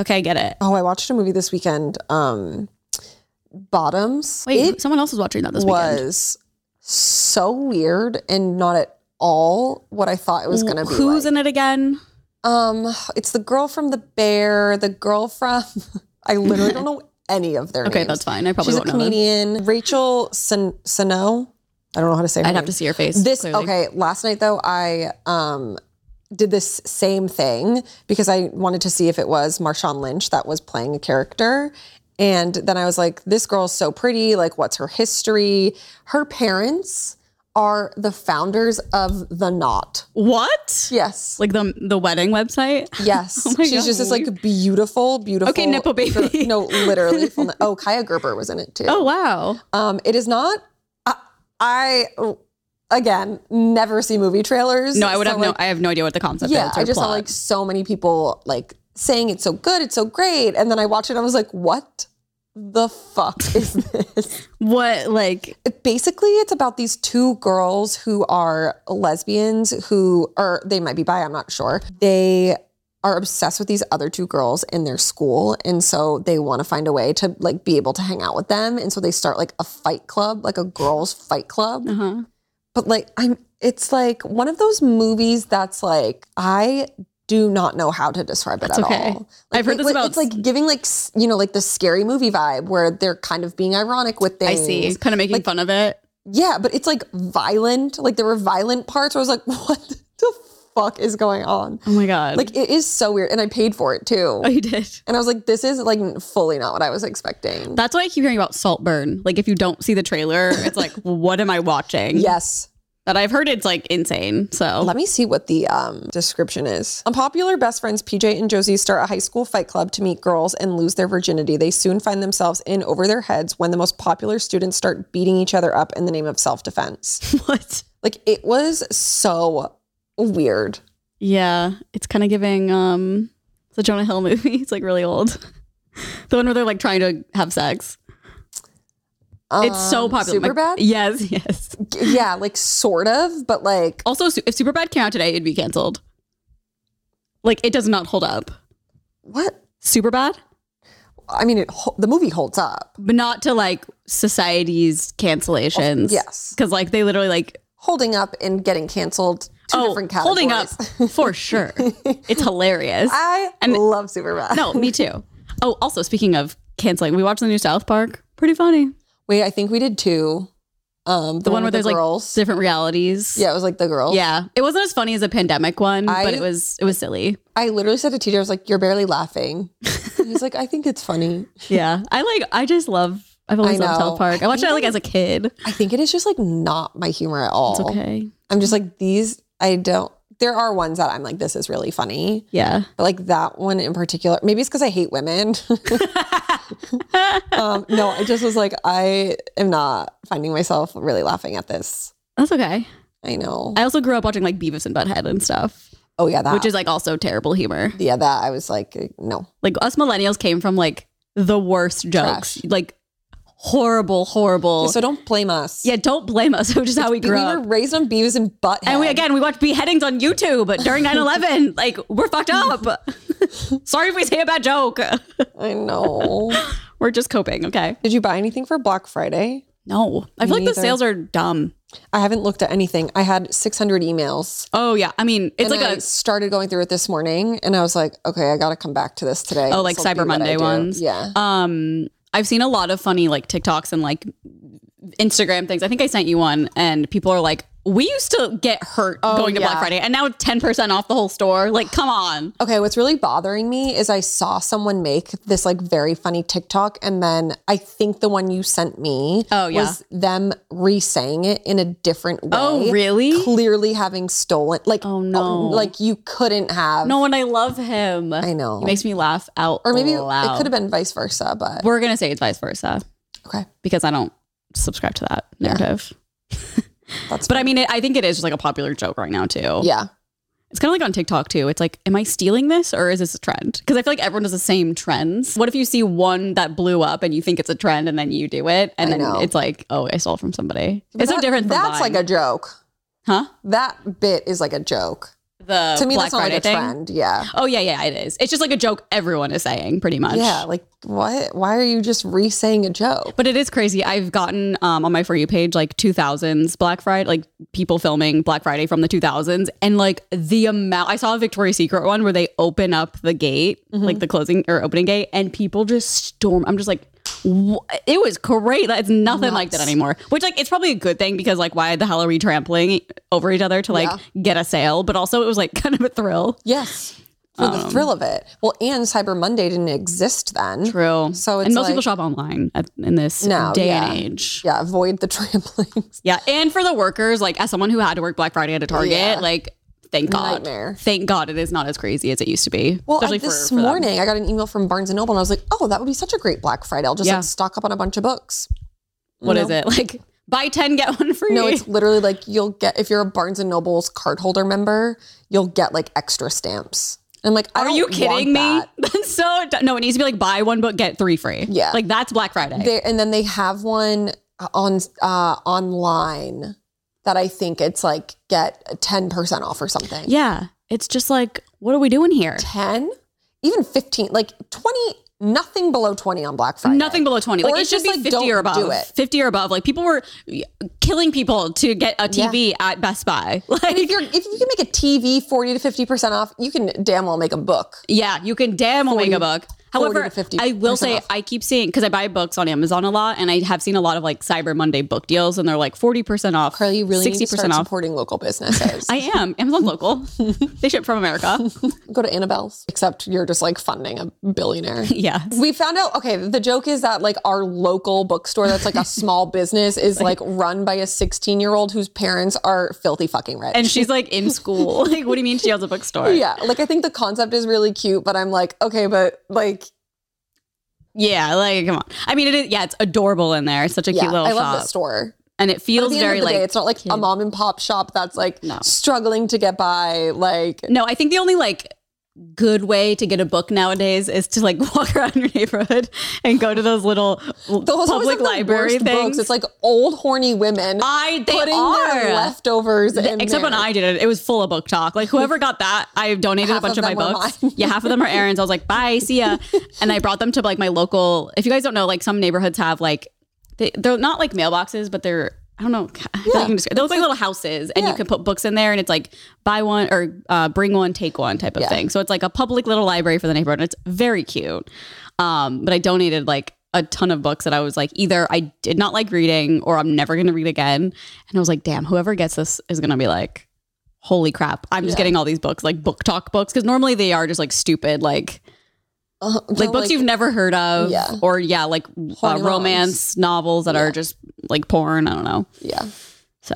Speaker 1: okay, I get it.
Speaker 2: Oh, I watched a movie this weekend. Um, Bottoms.
Speaker 1: Wait,
Speaker 2: it
Speaker 1: someone else was watching that this weekend.
Speaker 2: was so weird and not at all what I thought it was going to be.
Speaker 1: Who's
Speaker 2: like.
Speaker 1: in it again?
Speaker 2: Um, it's the girl from The Bear. The girl from. I literally don't know any of their
Speaker 1: Okay,
Speaker 2: names.
Speaker 1: that's fine. I probably
Speaker 2: She's a
Speaker 1: won't know. Them.
Speaker 2: comedian. Rachel San- Sano. I don't know how to say. Her
Speaker 1: I'd have
Speaker 2: name.
Speaker 1: to see your face.
Speaker 2: This
Speaker 1: clearly.
Speaker 2: okay. Last night though, I um did this same thing because I wanted to see if it was Marshawn Lynch that was playing a character. And then I was like, this girl's so pretty. Like, what's her history? Her parents are the founders of The Knot.
Speaker 1: What?
Speaker 2: Yes.
Speaker 1: Like the the wedding website?
Speaker 2: Yes.
Speaker 1: Oh my
Speaker 2: She's just this
Speaker 1: God.
Speaker 2: like beautiful, beautiful.
Speaker 1: Okay, nipple baby.
Speaker 2: girl- No, literally. full ni- oh, Kaya Gerber was in it too.
Speaker 1: Oh wow.
Speaker 2: Um, it is not. I, I again never see movie trailers.
Speaker 1: No, I would
Speaker 2: so,
Speaker 1: have
Speaker 2: like,
Speaker 1: no I have no idea what the concept
Speaker 2: Yeah,
Speaker 1: is. Or
Speaker 2: I just
Speaker 1: plot.
Speaker 2: saw like so many people like saying it's so good, it's so great, and then I watched it. and I was like, what the fuck is this?
Speaker 1: what like
Speaker 2: It- Basically, it's about these two girls who are lesbians who are they might be bi. I'm not sure. They are obsessed with these other two girls in their school and so they want to find a way to like be able to hang out with them and so they start like a fight club like a girls fight club
Speaker 1: uh-huh.
Speaker 2: but like I'm it's like one of those movies that's like I do not know how to describe it
Speaker 1: That's
Speaker 2: at
Speaker 1: okay.
Speaker 2: all. Like,
Speaker 1: I've heard
Speaker 2: like-
Speaker 1: this
Speaker 2: like-
Speaker 1: about-
Speaker 2: it's like giving like s- you know like the scary movie vibe where they're kind of being ironic with
Speaker 1: I
Speaker 2: things.
Speaker 1: see. Kind of making
Speaker 2: Like-
Speaker 1: fun of it.
Speaker 2: Yeah, but it's like violent. Like there were violent parts where I was like, what the fuck is going on?
Speaker 1: Oh my god.
Speaker 2: Like it is so weird, and I paid for it too.
Speaker 1: oh you did.
Speaker 2: And I was like, this is like fully not what I was expecting.
Speaker 1: That's why I keep hearing about Saltburn. Like if you don't see the trailer, it's like, what am I watching?
Speaker 2: yes,
Speaker 1: But I've heard it's like insane. So
Speaker 2: Let me see what the um, description is. Unpopular best friends PJ and Josie start a high school fight club to meet girls and lose their virginity. They soon find themselves in over their heads when the most popular students start beating each other up in the name of self defense.
Speaker 1: what?
Speaker 2: like it was so weird.
Speaker 1: Yeah. It's kind of giving um the Jonah Hill movie. It's like really old. the one where they're like trying to have sex. it's so
Speaker 2: Um,
Speaker 1: popular. My-
Speaker 2: Superbad?
Speaker 1: Yes, yes.
Speaker 2: yeah, like sort of, but like
Speaker 1: Also, su- if Superbad came out today, it'd be canceled. Like it does not hold up.
Speaker 2: what?
Speaker 1: Superbad,
Speaker 2: I mean, it hol- the movie holds up.
Speaker 1: but not to like society's cancellations.
Speaker 2: Yes.
Speaker 1: Because like they literally like
Speaker 2: Holding up and getting canceled. Two
Speaker 1: oh,
Speaker 2: different categories.
Speaker 1: holding up for sure. It's hilarious.
Speaker 2: I
Speaker 1: And-
Speaker 2: love Superbad.
Speaker 1: no, me too. Oh, also speaking of canceling, we watched the new South Park. Pretty funny.
Speaker 2: Wait, I think we did two. Um, the,
Speaker 1: The one where
Speaker 2: with the
Speaker 1: there's like
Speaker 2: girls.
Speaker 1: different realities.
Speaker 2: yeah, it was like the girls.
Speaker 1: Yeah. It wasn't as funny as a pandemic one,
Speaker 2: I-
Speaker 1: but it was it was silly.
Speaker 2: I literally said to teacher, I was like, "You're barely laughing." And He's like, "I think it's funny."
Speaker 1: Yeah. I like I just love I've always
Speaker 2: I
Speaker 1: loved
Speaker 2: know.
Speaker 1: South Park. I watched
Speaker 2: I
Speaker 1: it like as a kid.
Speaker 2: I think it is just like not my humor at all.
Speaker 1: It's okay.
Speaker 2: I'm just like these. I don't. There are ones that I'm like, "This is really funny,"
Speaker 1: Yeah.
Speaker 2: but like that one in particular. Maybe it's because I hate women. um, no, I just was like, I am not finding myself really laughing at this.
Speaker 1: That's okay.
Speaker 2: I know.
Speaker 1: I also grew up watching like Beavis and Butthead and stuff,
Speaker 2: oh yeah, that.
Speaker 1: which is like also terrible humor.
Speaker 2: yeah, that I was like, no.
Speaker 1: Like us millennials came from like the worst jokes.
Speaker 2: Trash.
Speaker 1: Like horrible, horrible.
Speaker 2: So don't blame us.
Speaker 1: yeah, don't blame us, which is how we
Speaker 2: We
Speaker 1: grew up.
Speaker 2: were raised on Beavis and Butthead.
Speaker 1: And we again we watched beheadings on YouTube during 9-11. like we're fucked up. Sorry if we say a bad joke.
Speaker 2: I know.
Speaker 1: We're just coping, okay?
Speaker 2: Did you buy anything for Black Friday?
Speaker 1: No. I feel
Speaker 2: Me
Speaker 1: like the
Speaker 2: neither.
Speaker 1: sales are dumb.
Speaker 2: I haven't looked at anything. I had 600 emails.
Speaker 1: Oh yeah. I mean, it's like
Speaker 2: And I
Speaker 1: a
Speaker 2: started going through it this morning and I was like, okay, I got to come back to this today.
Speaker 1: Oh, like
Speaker 2: This'll be
Speaker 1: Cyber
Speaker 2: what I
Speaker 1: Monday
Speaker 2: do.
Speaker 1: ones?
Speaker 2: Yeah.
Speaker 1: um I've seen a lot of funny like TikToks and like Instagram things. I think I sent you one and people are like, "We used to get hurt going to
Speaker 2: Oh, yeah.
Speaker 1: Black Friday and now it's 10% off the whole store." Like, come on.
Speaker 2: Okay, what's really bothering me is I saw someone make this like very funny TikTok, and then I think the one you sent me
Speaker 1: Oh, yeah.
Speaker 2: was them re saying it in a different way.
Speaker 1: Oh, really?
Speaker 2: Clearly having stolen, like,
Speaker 1: Oh, no.
Speaker 2: like you couldn't have.
Speaker 1: No, and I love him.
Speaker 2: I know.
Speaker 1: He makes me laugh out
Speaker 2: or maybe it
Speaker 1: loud.
Speaker 2: could have been vice versa, but
Speaker 1: We're going to say it's vice versa.
Speaker 2: okay,
Speaker 1: because I don't subscribe to that narrative.
Speaker 2: that's
Speaker 1: But I mean, it, I think it is just like a popular joke right now too.
Speaker 2: yeah.
Speaker 1: It's kind of like on TikTok too. It's like, am I stealing this or is this a trend? Because I feel like everyone does the same trends. What if you see one that blew up and you think it's a trend and then you do it and
Speaker 2: I
Speaker 1: then
Speaker 2: know.
Speaker 1: it's like, oh, I stole from somebody. it's so
Speaker 2: That-
Speaker 1: different. From
Speaker 2: That's like a joke.
Speaker 1: huh?
Speaker 2: That bit is like a joke.
Speaker 1: The
Speaker 2: to me,
Speaker 1: Black
Speaker 2: that's not
Speaker 1: Friday
Speaker 2: like a
Speaker 1: thing.
Speaker 2: trend. Yeah.
Speaker 1: Oh yeah, yeah, it is. It's just like a joke everyone is saying, pretty much.
Speaker 2: Yeah. Like, what? Why are you just re saying a joke?
Speaker 1: But it is crazy. I've gotten um, on my For You page like 2000s Black Friday, like people filming Black Friday from the 2000s. And like the amount, I saw a Victoria's Secret one where they open up the gate,
Speaker 2: Mm-hmm.
Speaker 1: like the closing or opening gate, and people just storm. I'm just like, wha- it was great. It's nothing like that anymore. Which, like, it's probably a good thing because, like, why the hell are we trampling over each other to, like, get a sale? But also, it was, like, kind of a thrill.
Speaker 2: Yes. For the thrill of it. Well, and Cyber Monday didn't exist then.
Speaker 1: True.
Speaker 2: So it's
Speaker 1: and most
Speaker 2: like-
Speaker 1: people shop online at, in this
Speaker 2: No,
Speaker 1: day
Speaker 2: yeah.
Speaker 1: and age.
Speaker 2: Yeah. Avoid the tramplings.
Speaker 1: Yeah, and for the workers, like as someone who had to work Black Friday at a Target,
Speaker 2: Yeah.
Speaker 1: like thank God,
Speaker 2: Nightmare.
Speaker 1: thank God, it is not as crazy as it used to be.
Speaker 2: Well,
Speaker 1: Especially
Speaker 2: I,
Speaker 1: for-
Speaker 2: this
Speaker 1: for them.
Speaker 2: morning I got an email from Barnes and Noble, and I was like, "Oh, that would be such a great Black Friday. I'll just
Speaker 1: Yeah.
Speaker 2: like stock up on a bunch of books."
Speaker 1: What
Speaker 2: no.
Speaker 1: is it like? Buy ten, get one free.
Speaker 2: No, it's literally like you'll get if you're a Barnes and Noble's cardholder member, you'll get like extra stamps. And I'm like, I
Speaker 1: Are
Speaker 2: don't
Speaker 1: you
Speaker 2: want
Speaker 1: kidding me?
Speaker 2: that.
Speaker 1: That's so d- no. It needs to be like buy one book, get three free.
Speaker 2: Yeah.
Speaker 1: like that's Black Friday.
Speaker 2: They, and then they have one on uh, online that I think it's like get ten percent off or something.
Speaker 1: yeah, it's just like what are we doing here?
Speaker 2: ten, even fifteen, like twenty, nothing below twenty on Black Friday.
Speaker 1: Nothing below twenty. Like
Speaker 2: Or
Speaker 1: it
Speaker 2: it's
Speaker 1: should
Speaker 2: just,
Speaker 1: be
Speaker 2: like,
Speaker 1: fifty or
Speaker 2: don't
Speaker 1: above.
Speaker 2: do it.
Speaker 1: Fifty or above. Like people were y- killing people to get a TV at Best Buy. Like
Speaker 2: If you're if you can make a TV forty to fifty percent off, you can damn well make a book.
Speaker 1: Yeah, you can damn well make a book.
Speaker 2: 40 to
Speaker 1: However,
Speaker 2: 50%
Speaker 1: I will say
Speaker 2: off.
Speaker 1: I keep seeing because I buy books on Amazon a lot, and I have seen a lot of like Cyber Monday book deals, and they're like forty percent off,
Speaker 2: Carly, you really need
Speaker 1: sixty
Speaker 2: to start
Speaker 1: percent off.
Speaker 2: supporting local businesses.
Speaker 1: I am Amazon local. they ship from America.
Speaker 2: Go to Annabelle's, except you're just like funding a billionaire.
Speaker 1: yeah,
Speaker 2: We found out, okay, the joke is that like our local bookstore that's like a small business is like run by a 16 year old whose parents are filthy fucking rich.
Speaker 1: and she's like in school. like, what do you mean she owns a bookstore?
Speaker 2: yeah, like I think the concept is really cute, but I'm like, okay, but like,
Speaker 1: Yeah, like come on. I mean, it is. Yeah, it's adorable in there. It's such a
Speaker 2: yeah,
Speaker 1: cute little
Speaker 2: I love
Speaker 1: shop,
Speaker 2: the store.
Speaker 1: and it
Speaker 2: But at
Speaker 1: feels
Speaker 2: the end
Speaker 1: very
Speaker 2: of the
Speaker 1: like
Speaker 2: day, it's not like a mom and pop shop that's like
Speaker 1: No.
Speaker 2: struggling to get by. Like,
Speaker 1: No, I think the only like good way to get a book nowadays is to like walk around your neighborhood and go to those little
Speaker 2: those always
Speaker 1: public
Speaker 2: have the
Speaker 1: library
Speaker 2: worst
Speaker 1: things.
Speaker 2: Books. It's like old horny women.
Speaker 1: I they
Speaker 2: putting their
Speaker 1: are.
Speaker 2: leftovers in
Speaker 1: Except when
Speaker 2: there.
Speaker 1: I did it, it was full of book talk. Like whoever got that, I donated
Speaker 2: Half
Speaker 1: a bunch
Speaker 2: of
Speaker 1: of, my
Speaker 2: them were
Speaker 1: books.
Speaker 2: mine.
Speaker 1: Yeah, half of them are errands. I was like, bye, see ya. and I brought them to like my local. If you guys don't know, like some neighborhoods have like they, they're not like mailboxes, but they're I don't know. I feel like I can describe- They're like little houses, and
Speaker 2: Yeah.
Speaker 1: you can put books in there, and it's like buy one or uh, bring one, take one type of
Speaker 2: Yeah.
Speaker 1: thing. So it's like a public little library for the neighborhood. And it's very cute. Um, but I donated like a ton of books that I was like, either I did not like reading, or I'm never going to read again. And I was like, damn, whoever gets this is going to be like, holy crap! I'm just
Speaker 2: Yeah.
Speaker 1: getting all these books, like book talk books, because normally they are just like stupid, like
Speaker 2: Uh,
Speaker 1: like books you've never heard of,
Speaker 2: Yeah.
Speaker 1: or yeah, like uh,
Speaker 2: Horny
Speaker 1: romance novels that are just like porn. I don't know.
Speaker 2: yeah.
Speaker 1: So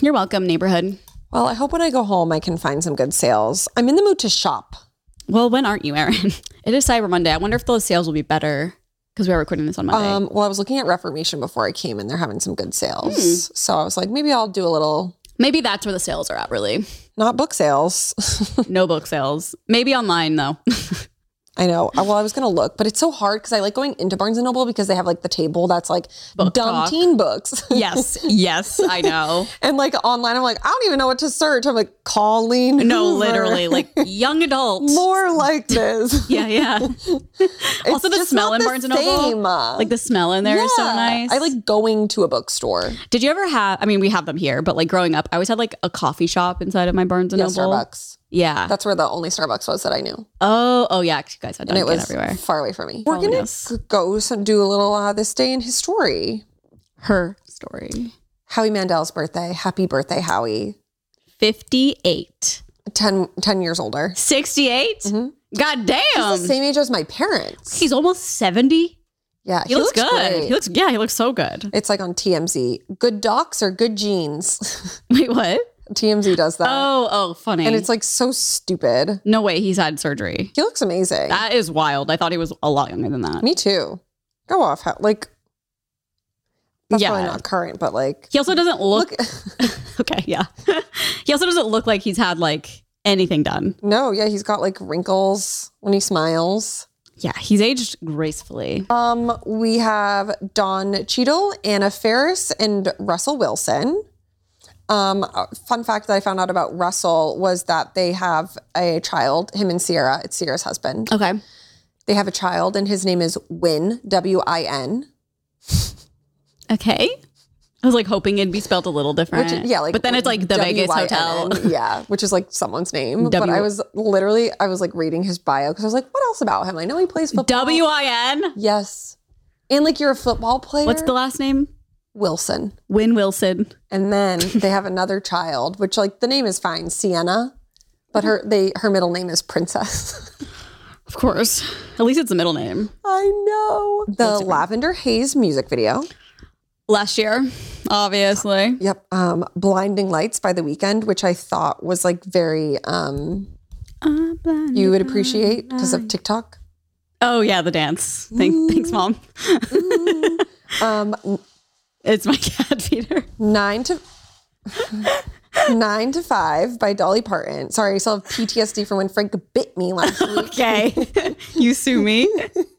Speaker 1: you're welcome, neighborhood.
Speaker 2: Well, I hope when I go home I can find some good sales. I'm in the mood to shop.
Speaker 1: Well, when aren't you, Erin? it is Cyber Monday. I wonder if those sales will be better because we are recording this on Monday.
Speaker 2: Um, well, I was looking at Reformation before I came, and they're having some good sales.
Speaker 1: Hmm.
Speaker 2: So I was like, maybe I'll do a little
Speaker 1: Maybe that's where the sales are at, really.
Speaker 2: not book sales.
Speaker 1: No book sales. Maybe online, though.
Speaker 2: I know. Uh, Well, I was gonna look, but it's so hard because I like going into Barnes and Noble because they have like the table that's like
Speaker 1: Book
Speaker 2: dumb
Speaker 1: talk.
Speaker 2: teen books,
Speaker 1: yes. Yes, I know.
Speaker 2: and like online, I'm like, I don't even know what to search. I'm like, Colleen.
Speaker 1: No,
Speaker 2: Hoover.
Speaker 1: literally, like young adults.
Speaker 2: more like this.
Speaker 1: Yeah, yeah. also, the
Speaker 2: just
Speaker 1: smell
Speaker 2: not
Speaker 1: in
Speaker 2: the
Speaker 1: Barnes and Noble,
Speaker 2: same, uh,
Speaker 1: like the smell in there is so
Speaker 2: Yeah.
Speaker 1: nice.
Speaker 2: I like going to a bookstore.
Speaker 1: Did you ever have? I mean, we have them here, but like growing up, I always had like a coffee shop inside of my Barnes and
Speaker 2: Yeah,
Speaker 1: Noble.
Speaker 2: Starbucks.
Speaker 1: Yeah.
Speaker 2: That's where the only Starbucks was that I knew.
Speaker 1: oh, oh yeah. 'cause You guys had
Speaker 2: and it
Speaker 1: Dunkin'
Speaker 2: was
Speaker 1: everywhere.
Speaker 2: far away from me. We're
Speaker 1: Following
Speaker 2: gonna
Speaker 1: us.
Speaker 2: g- go some, do a little uh, this day in history.
Speaker 1: Her story.
Speaker 2: Howie Mandel's birthday. Happy birthday, Howie.
Speaker 1: 58.
Speaker 2: 10, 10 years older.
Speaker 1: 68? God
Speaker 2: He's
Speaker 1: damn.
Speaker 2: the same age as my parents.
Speaker 1: He's almost 70.
Speaker 2: Yeah,
Speaker 1: He, looks, good.
Speaker 2: great.
Speaker 1: He looks, yeah, he looks so good.
Speaker 2: it's like on TMZ. Good docs or good jeans.
Speaker 1: Wait, what?
Speaker 2: TMZ does that,
Speaker 1: Oh, oh, funny.
Speaker 2: and it's like so stupid.
Speaker 1: no way he's had surgery.
Speaker 2: He looks amazing.
Speaker 1: That is wild. I thought he was a lot younger than that.
Speaker 2: me too. Go off, Ho- like. That's
Speaker 1: Yeah.
Speaker 2: probably not current, but like
Speaker 1: He also doesn't look
Speaker 2: look
Speaker 1: okay, yeah. he also doesn't look like he's had like anything done.
Speaker 2: No, yeah, he's got like wrinkles when he smiles.
Speaker 1: Yeah, he's aged gracefully.
Speaker 2: Um, we have Don Cheadle, Anna Ferris, and Russell Wilson. Um, a fun fact that I found out about Russell was that they have a child, him and Sierra. It's Sierra's husband.
Speaker 1: Okay.
Speaker 2: They have a child, and his name is Win, W I N.
Speaker 1: Okay. I was like hoping it'd be spelled a little different.
Speaker 2: Which, yeah, like
Speaker 1: Mm. but then it's like the Vegas hotel.
Speaker 2: WYNN, yeah, which is like someone's name. but
Speaker 1: W-
Speaker 2: I was literally, I was like reading his bio because I was like, what else about him? I know he plays football.
Speaker 1: W I N.
Speaker 2: Yes, and like you're a football player.
Speaker 1: What's the last name?
Speaker 2: Wilson?
Speaker 1: Win Wilson.
Speaker 2: And then they have another child, which like the name is fine, Sienna, but her they her middle name is Princess.
Speaker 1: Of course. At least it's a middle name.
Speaker 2: I know the Lavender Haze music video.
Speaker 1: Last year, obviously.
Speaker 2: Yep, um, Blinding Lights by The Weekend, which I thought was like very um, you would appreciate because of TikTok.
Speaker 1: Oh yeah, the dance. Thank, Thanks, mom.
Speaker 2: Um,
Speaker 1: It's my cat Peter.
Speaker 2: nine to nine to five by Dolly Parton. Sorry, I still have PTSD from when Frank bit me last week.
Speaker 1: Okay, you sue me.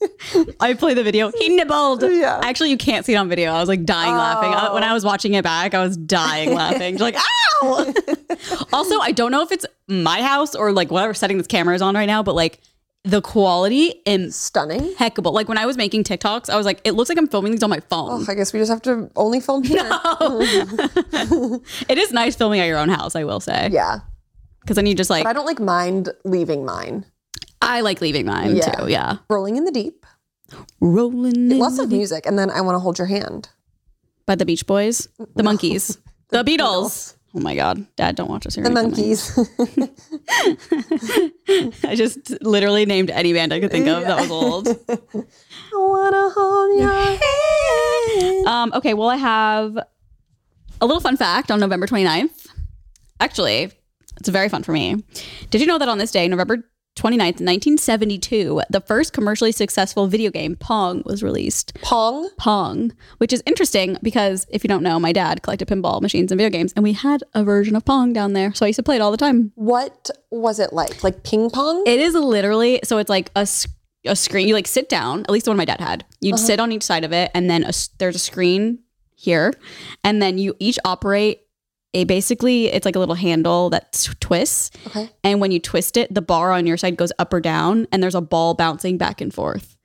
Speaker 1: I play the video. He nibbled.
Speaker 2: Yeah.
Speaker 1: Actually, you can't see it on video. I was like dying laughing I, when I was watching it back. I was dying laughing. Just like ow. also, I don't know if it's my house or like whatever setting this camera is on right now, but like the quality is
Speaker 2: Stunning.
Speaker 1: impeccable. Like when I was making TikToks, I was like, it looks like I'm filming these on my phone.
Speaker 2: Oh, I guess we just have to only film here.
Speaker 1: It is nice filming at your own house, I will say,
Speaker 2: Yeah,
Speaker 1: because then you just like
Speaker 2: but I don't like mind leaving mine.
Speaker 1: I like leaving mine
Speaker 2: Yeah.
Speaker 1: too. Yeah,
Speaker 2: Rolling in the Deep.
Speaker 1: rolling in
Speaker 2: Lots of music. And then I want to hold your hand.
Speaker 1: by the Beach Boys, the Monkeys, the, Beatles. Oh my God, Dad, don't watch us here.
Speaker 2: The monkeys.
Speaker 1: I just literally named any band I could think of that was old.
Speaker 2: I want to hold your hand.
Speaker 1: Um, okay, well, I have a little fun fact on November 29th. Actually, it's very fun for me. Did you know that on this day, November 29th, 1972, the first commercially successful video game, Pong, was released?
Speaker 2: Pong.
Speaker 1: Pong, which is interesting because if you don't know, my dad collected pinball machines and video games, and we had a version of Pong down there. So I used to play it all the time.
Speaker 2: What was it like? Like ping pong?
Speaker 1: It is literally so it's like a s- a screen. You like sit down. At least the one my dad had. You'd
Speaker 2: Uh-huh.
Speaker 1: sit on each side of it, and then a s there's a screen here, and then you each operate a basically it's like a little handle that s- twists,
Speaker 2: Okay.
Speaker 1: and when you twist it, the bar on your side goes up or down, and there's a ball bouncing back and forth.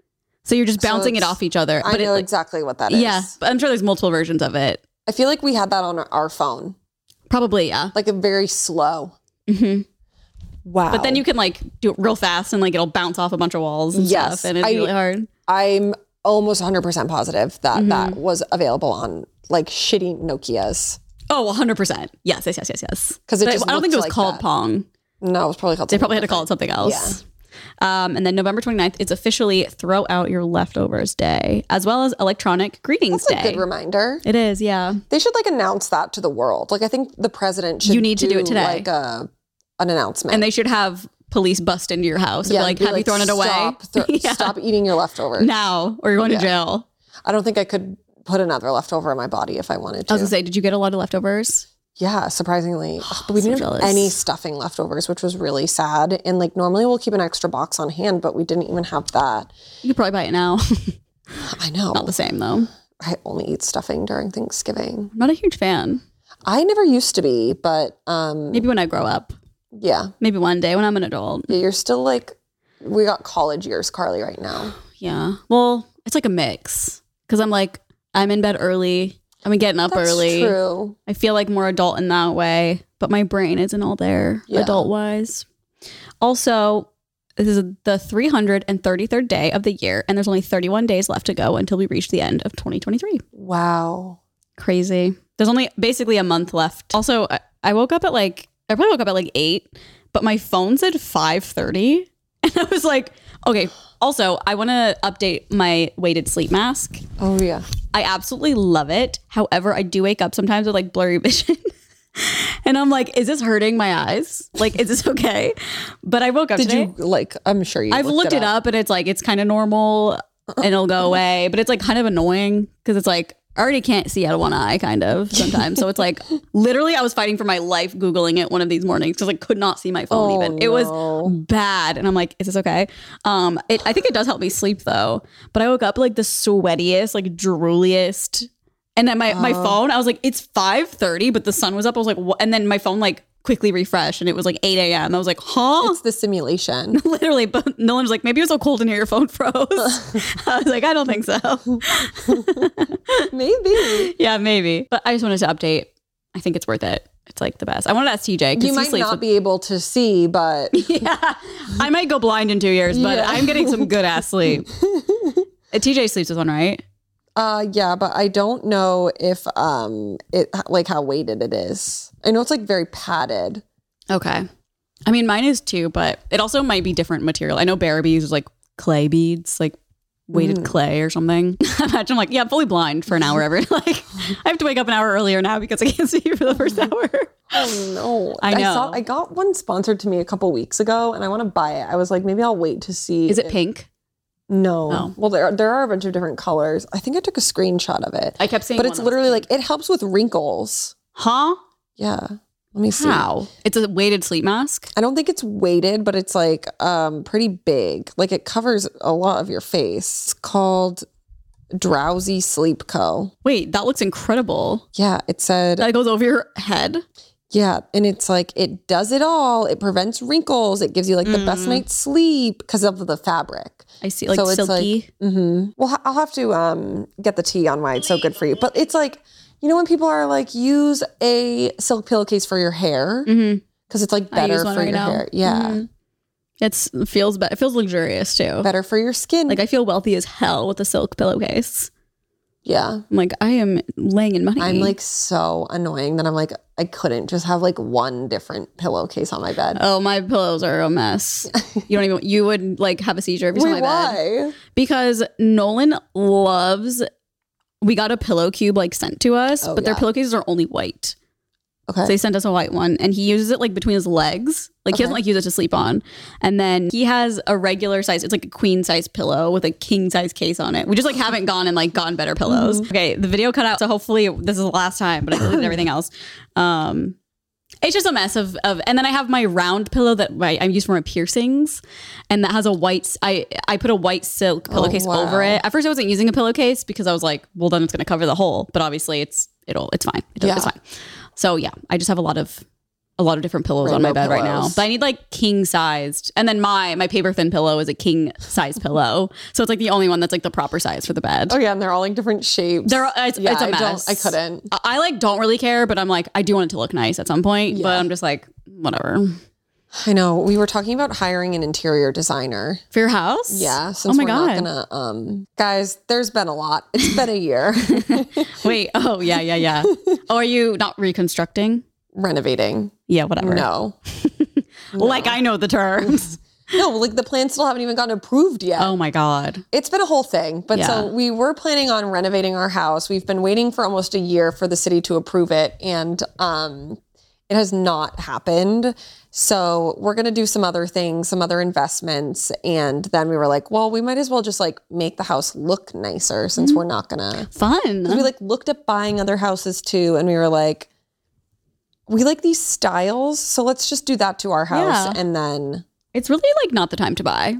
Speaker 1: So you're just
Speaker 2: So
Speaker 1: bouncing it
Speaker 2: it's-
Speaker 1: off each other.
Speaker 2: I
Speaker 1: it,
Speaker 2: know
Speaker 1: like-
Speaker 2: exactly what that is.
Speaker 1: yeah, but I'm sure there's multiple versions of it.
Speaker 2: I feel like we had that on our phone,
Speaker 1: Probably, yeah.
Speaker 2: like a very slow.
Speaker 1: Mhm.
Speaker 2: Wow.
Speaker 1: But then you can like do it real fast and like it'll bounce off a bunch of walls and
Speaker 2: Yes,
Speaker 1: stuff, and it's
Speaker 2: I-
Speaker 1: really hard.
Speaker 2: I'm almost 100% positive that
Speaker 1: Mm-hmm.
Speaker 2: that was available on like shitty Nokias.
Speaker 1: Oh, 100%. Yes, yes, yes, yes, yes.
Speaker 2: 'Cause it
Speaker 1: But
Speaker 2: just
Speaker 1: I don't think it was
Speaker 2: looked like
Speaker 1: called
Speaker 2: that.
Speaker 1: Pong.
Speaker 2: No, it was probably called
Speaker 1: They probably had to call it something else. Um, and then November 29th, it's officially Throw Out Your Leftovers Day, as well as Electronic Greetings
Speaker 2: That's a
Speaker 1: Day.
Speaker 2: good reminder.
Speaker 1: it is, yeah.
Speaker 2: They should like announce that to the world. Like I think the president should.
Speaker 1: You need to do it today.
Speaker 2: Like a an announcement.
Speaker 1: And they should have police bust into your house and be like,
Speaker 2: be
Speaker 1: have you thrown it away?
Speaker 2: Stop, thro-
Speaker 1: Yeah.
Speaker 2: stop eating your leftovers.
Speaker 1: Now, or you're going to jail.
Speaker 2: I don't think I could put another leftover in my body if I wanted
Speaker 1: I
Speaker 2: to.
Speaker 1: was going to say, did you get a lot of leftovers?
Speaker 2: yeah, surprisingly, Ugh, but we didn't
Speaker 1: jealous.
Speaker 2: have any stuffing leftovers, which was really sad. And like normally we'll keep an extra box on hand, but we didn't even have that.
Speaker 1: You could probably buy it now.
Speaker 2: I know.
Speaker 1: Not the same, though. I'm
Speaker 2: I only eat stuffing during Thanksgiving.
Speaker 1: not a huge fan.
Speaker 2: I never used to be, but um,
Speaker 1: Maybe when I grow up.
Speaker 2: yeah,
Speaker 1: Maybe one day when I'm an adult.
Speaker 2: Yeah, you're still like we got college years, Carly, right now.
Speaker 1: Yeah. Well, it's like a mix because I'm like, I'm in bed early. I'm getting up
Speaker 2: That's
Speaker 1: early.
Speaker 2: true.
Speaker 1: I feel like more adult in that way, but my brain isn't all there
Speaker 2: Yeah.
Speaker 1: adult wise. Also, this is the 333rd day of the year, and there's only 31 days left to go until we reach the end of 2023.
Speaker 2: Wow.
Speaker 1: Crazy. There's only basically a month left. Also, I, I woke up at like I probably woke up at like eight, but my phone said five thirty, and I was like, okay. Also, I want to update my weighted sleep mask.
Speaker 2: Oh yeah.
Speaker 1: I absolutely love it. However, I do wake up sometimes with like blurry vision. And I'm like, is this hurting my eyes? Like, is this okay? But I woke up
Speaker 2: Did
Speaker 1: today.
Speaker 2: you like? I'm sure you.
Speaker 1: I've looked, it, up. and it's like it's kind of normal and it'll go away, but it's like kind of annoying because it's like I already can't see out of one eye, kind of sometimes. so it's like literally, I was fighting for my life googling it one of these mornings because I could not see my phone.
Speaker 2: Oh,
Speaker 1: even it was
Speaker 2: no.
Speaker 1: bad, and I'm like, is this okay? Um, it, I think it does help me sleep though. But I woke up like the sweatiest, like drooliest, and then my my phone. I was like, it's five thirty, but the sun was up. I was like, what? and then my phone like quickly refreshed, and it was like eight a.m. I was like, huh?
Speaker 2: It's the simulation.
Speaker 1: Literally, but Nolan was like, maybe it was so cold in here, your phone froze. I was like, I don't think so.
Speaker 2: Maybe.
Speaker 1: yeah, maybe. But I just wanted to update. I think it's worth it. It's like the best. I wanted to ask TJ because
Speaker 2: You
Speaker 1: he
Speaker 2: might
Speaker 1: sleeps.
Speaker 2: not be able to see, but
Speaker 1: with- yeah, I might go blind in two years, but
Speaker 2: Yeah.
Speaker 1: I'm getting some good ass sleep. Uh, TJ sleeps with one, right?
Speaker 2: uh yeah, but I don't know if um it like how weighted it is. I know it's like very padded.
Speaker 1: Okay. I mean, mine is too, but it also might be different material. I know Barabys is like clay beads, like
Speaker 2: Mm.
Speaker 1: weighted clay or something. Imagine I'm like, yeah, I'm fully blind for an hour every. Like, I have to wake up an hour earlier now because I can't see for the first hour.
Speaker 2: Oh no.
Speaker 1: I know.
Speaker 2: saw I got one sponsored to me a couple weeks ago and I want to buy it. I was like, maybe I'll wait to see.
Speaker 1: Is it pink?
Speaker 2: No.
Speaker 1: Oh.
Speaker 2: Well, there are, there are a bunch of different colors. I think I took a screenshot of it.
Speaker 1: I kept saying,
Speaker 2: but it's literally like it helps with wrinkles.
Speaker 1: huh?
Speaker 2: Yeah. Let me see.
Speaker 1: How? It's a weighted sleep mask.
Speaker 2: I don't think it's weighted, but it's like um pretty big. Like it covers a lot of your face. It's called Drowsy Sleep Co.
Speaker 1: Wait, that looks incredible.
Speaker 2: Yeah, it said
Speaker 1: That goes over your head.
Speaker 2: Yeah, and it's like it does it all. It prevents wrinkles. It gives you like the best night's sleep because of the fabric.
Speaker 1: I see, Mm. like
Speaker 2: So it's
Speaker 1: silky.
Speaker 2: hmm Well, ha- I'll have to um, get the tea on why it's so good for you. But it's like you know when people are like, use a silk pillowcase for your hair
Speaker 1: Mhm.
Speaker 2: because it's like
Speaker 1: I use
Speaker 2: better
Speaker 1: one
Speaker 2: for
Speaker 1: right
Speaker 2: your
Speaker 1: now.
Speaker 2: hair. Yeah,
Speaker 1: Mhm. It's It feels be- it feels luxurious too.
Speaker 2: better for your skin.
Speaker 1: Like I feel wealthy as hell with a silk pillowcase.
Speaker 2: yeah,
Speaker 1: I'm like I am laying in money.
Speaker 2: I'm like so annoying that I'm like I couldn't just have like one different pillowcase on my bed.
Speaker 1: oh my pillows are a mess. you don't even you would like have a seizure if you saw my
Speaker 2: Wait,
Speaker 1: bed.
Speaker 2: why?
Speaker 1: because Nolan loves. We got a pillow cube like sent to us,
Speaker 2: Oh,
Speaker 1: but their
Speaker 2: yeah.
Speaker 1: pillowcases are only white.
Speaker 2: Okay.
Speaker 1: So they sent us a white one, and he uses it like between his legs. Like he doesn't
Speaker 2: Okay.
Speaker 1: like use it to sleep on. And then he has a regular size. It's like a queen size pillow with a king size case on it. We just like haven't gone and like gotten better pillows.
Speaker 2: Mm-hmm.
Speaker 1: Okay, the video cut out. So hopefully this is the last time, but I deleted everything else. Um, it's just a mess of, of and then I have my round pillow that I, I use for my piercings, and that has a white. I I put a white silk pillowcase
Speaker 2: Oh, wow.
Speaker 1: over it. At first, I wasn't using a pillowcase because I was like, well, then it's going to cover the hole. But obviously, it's it'll it's fine. It does,
Speaker 2: Yeah.
Speaker 1: It's fine. So yeah, I just have a lot of a lot of different pillows on my
Speaker 2: Rainbow
Speaker 1: bed right now.
Speaker 2: pillows.
Speaker 1: But I need like king sized, and then my my paper thin pillow is a king size pillow, so it's like the only one that's like the proper size for the bed.
Speaker 2: oh yeah, and they're all like different shapes.
Speaker 1: They're- it's-
Speaker 2: yeah,
Speaker 1: it's a
Speaker 2: I don't-
Speaker 1: mess.
Speaker 2: I couldn't.
Speaker 1: I, I like don't really care, but I'm like I do want it to look nice at some point. But I'm just like whatever.
Speaker 2: I know. We were talking about hiring an interior designer.
Speaker 1: For your house?
Speaker 2: Yeah.
Speaker 1: Oh
Speaker 2: Since
Speaker 1: my
Speaker 2: we're
Speaker 1: god.
Speaker 2: not gonna um guys, there's been a lot. It's been a year
Speaker 1: Wait. Oh yeah, yeah, yeah. oh, are you not reconstructing?
Speaker 2: renovating.
Speaker 1: Yeah, whatever.
Speaker 2: No.
Speaker 1: Like I know the terms.
Speaker 2: No, like the plans still haven't even gotten approved yet.
Speaker 1: oh my god.
Speaker 2: It's been a whole thing. But so
Speaker 1: Yeah.
Speaker 2: we were planning on renovating our house. We've been waiting for almost a year for the city to approve it and um it has not happened. So we're going to do some other things, some other investments and then we were like, well, we might as well just like make the house look nicer since
Speaker 1: Mm-hmm.
Speaker 2: we're not going to we
Speaker 1: Fun.
Speaker 2: like looked at buying other houses too and we were like we like these styles so let's just do that to our house
Speaker 1: Yeah.
Speaker 2: and then
Speaker 1: It's really like not the time to buy.